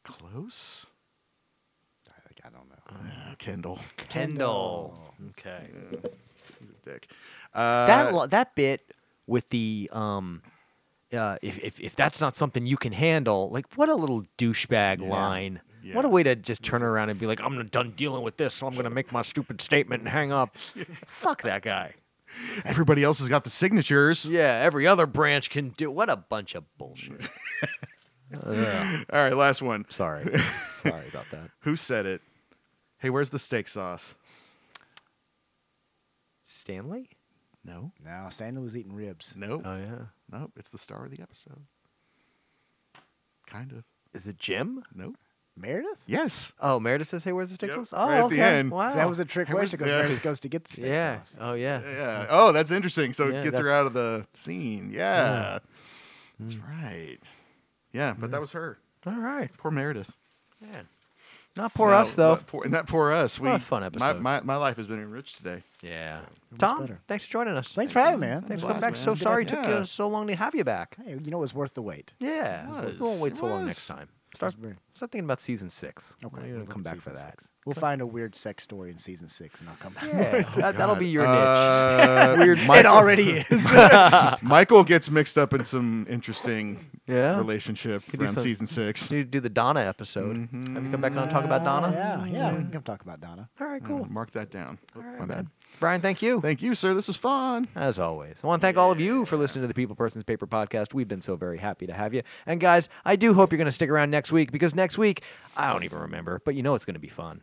[SPEAKER 5] Close.
[SPEAKER 6] I don't know.
[SPEAKER 5] Uh, Kendall.
[SPEAKER 4] Kendall. Okay.
[SPEAKER 5] He's a dick. Uh,
[SPEAKER 4] that lo- that bit with the um uh, if, if if that's not something you can handle, like what a little douchebag line. What a
[SPEAKER 5] Yeah.
[SPEAKER 4] way to just turn around and be like, I'm done dealing with this, so I'm gonna make my stupid statement and hang up. Fuck that guy.
[SPEAKER 5] everybody else has got the signatures.
[SPEAKER 4] Yeah, every other branch can do. What a bunch of bullshit. Ugh.
[SPEAKER 5] All right, last one.
[SPEAKER 4] sorry, sorry about that.
[SPEAKER 5] Who said it? Hey, where's the steak sauce?
[SPEAKER 4] Stanley?
[SPEAKER 5] No.
[SPEAKER 6] No, Stanley was eating ribs.
[SPEAKER 5] Nope.
[SPEAKER 4] Oh yeah.
[SPEAKER 5] nope. It's the star of the episode. Kind of.
[SPEAKER 4] Is it Jim?
[SPEAKER 5] Nope.
[SPEAKER 6] Meredith?
[SPEAKER 5] Yes.
[SPEAKER 4] Oh, Meredith says, "Hey, where's the steak
[SPEAKER 5] Yep,
[SPEAKER 4] sauce?" Oh,
[SPEAKER 5] right at the
[SPEAKER 4] okay.
[SPEAKER 5] end.
[SPEAKER 4] Wow.
[SPEAKER 6] So that was a trick
[SPEAKER 5] Hey, where's-
[SPEAKER 6] question because
[SPEAKER 5] yeah.
[SPEAKER 6] Meredith goes to get the steak
[SPEAKER 4] yeah.
[SPEAKER 6] sauce.
[SPEAKER 4] Oh yeah.
[SPEAKER 5] Yeah. Oh, that's interesting. So
[SPEAKER 4] Yeah,
[SPEAKER 5] it gets her
[SPEAKER 4] that's-
[SPEAKER 5] out of the scene. Yeah. That's
[SPEAKER 4] Hmm.
[SPEAKER 5] right. Yeah, but that was her.
[SPEAKER 4] All right.
[SPEAKER 5] Poor Meredith.
[SPEAKER 4] Yeah. Not poor
[SPEAKER 5] No,
[SPEAKER 4] us though.
[SPEAKER 5] Not poor, not poor us. We
[SPEAKER 4] What a fun episode.
[SPEAKER 5] My, my, my life has been enriched today.
[SPEAKER 4] Yeah. Tom,
[SPEAKER 6] better.
[SPEAKER 4] thanks for joining us.
[SPEAKER 6] Thanks for having me, man.
[SPEAKER 4] Thanks for
[SPEAKER 5] Blast,
[SPEAKER 4] coming back. So
[SPEAKER 5] man.
[SPEAKER 4] sorry it took
[SPEAKER 5] Yeah.
[SPEAKER 4] you so long to have you back.
[SPEAKER 6] Hey, you know it was worth the wait.
[SPEAKER 4] Yeah.
[SPEAKER 5] It was.
[SPEAKER 4] We won't wait
[SPEAKER 5] It
[SPEAKER 4] so long
[SPEAKER 5] was.
[SPEAKER 4] next time. Start,
[SPEAKER 6] very-
[SPEAKER 4] start thinking about season six.
[SPEAKER 6] Okay,
[SPEAKER 4] You're
[SPEAKER 6] we'll
[SPEAKER 4] gonna
[SPEAKER 6] look
[SPEAKER 4] come
[SPEAKER 6] at
[SPEAKER 4] back for
[SPEAKER 6] season
[SPEAKER 4] that.
[SPEAKER 6] six. We'll find a weird sex story in season six, and I'll come back.
[SPEAKER 4] Yeah, that, that'll be your niche.
[SPEAKER 5] Uh,
[SPEAKER 4] Weird
[SPEAKER 6] It
[SPEAKER 4] Michael-
[SPEAKER 6] already is.
[SPEAKER 5] Michael gets mixed up in some interesting
[SPEAKER 4] Yeah.
[SPEAKER 5] relationship
[SPEAKER 4] Could do
[SPEAKER 5] around
[SPEAKER 4] some-
[SPEAKER 5] season six.
[SPEAKER 4] You need to do the Donna episode. Have you come back on and talk about Donna? Mm-hmm.
[SPEAKER 6] yeah, yeah. We can come talk about Donna.
[SPEAKER 4] All right,
[SPEAKER 5] Cool.
[SPEAKER 4] cool.
[SPEAKER 5] Mark that down. My bad.
[SPEAKER 4] Brian, thank you.
[SPEAKER 5] Thank you, sir. This was fun.
[SPEAKER 4] As always, I want to thank all of you for listening to the People Persons Paper podcast. We've been so very happy to have you. And guys, I do hope you're going to stick around next week because next week, I don't even remember, but you know it's going to be fun.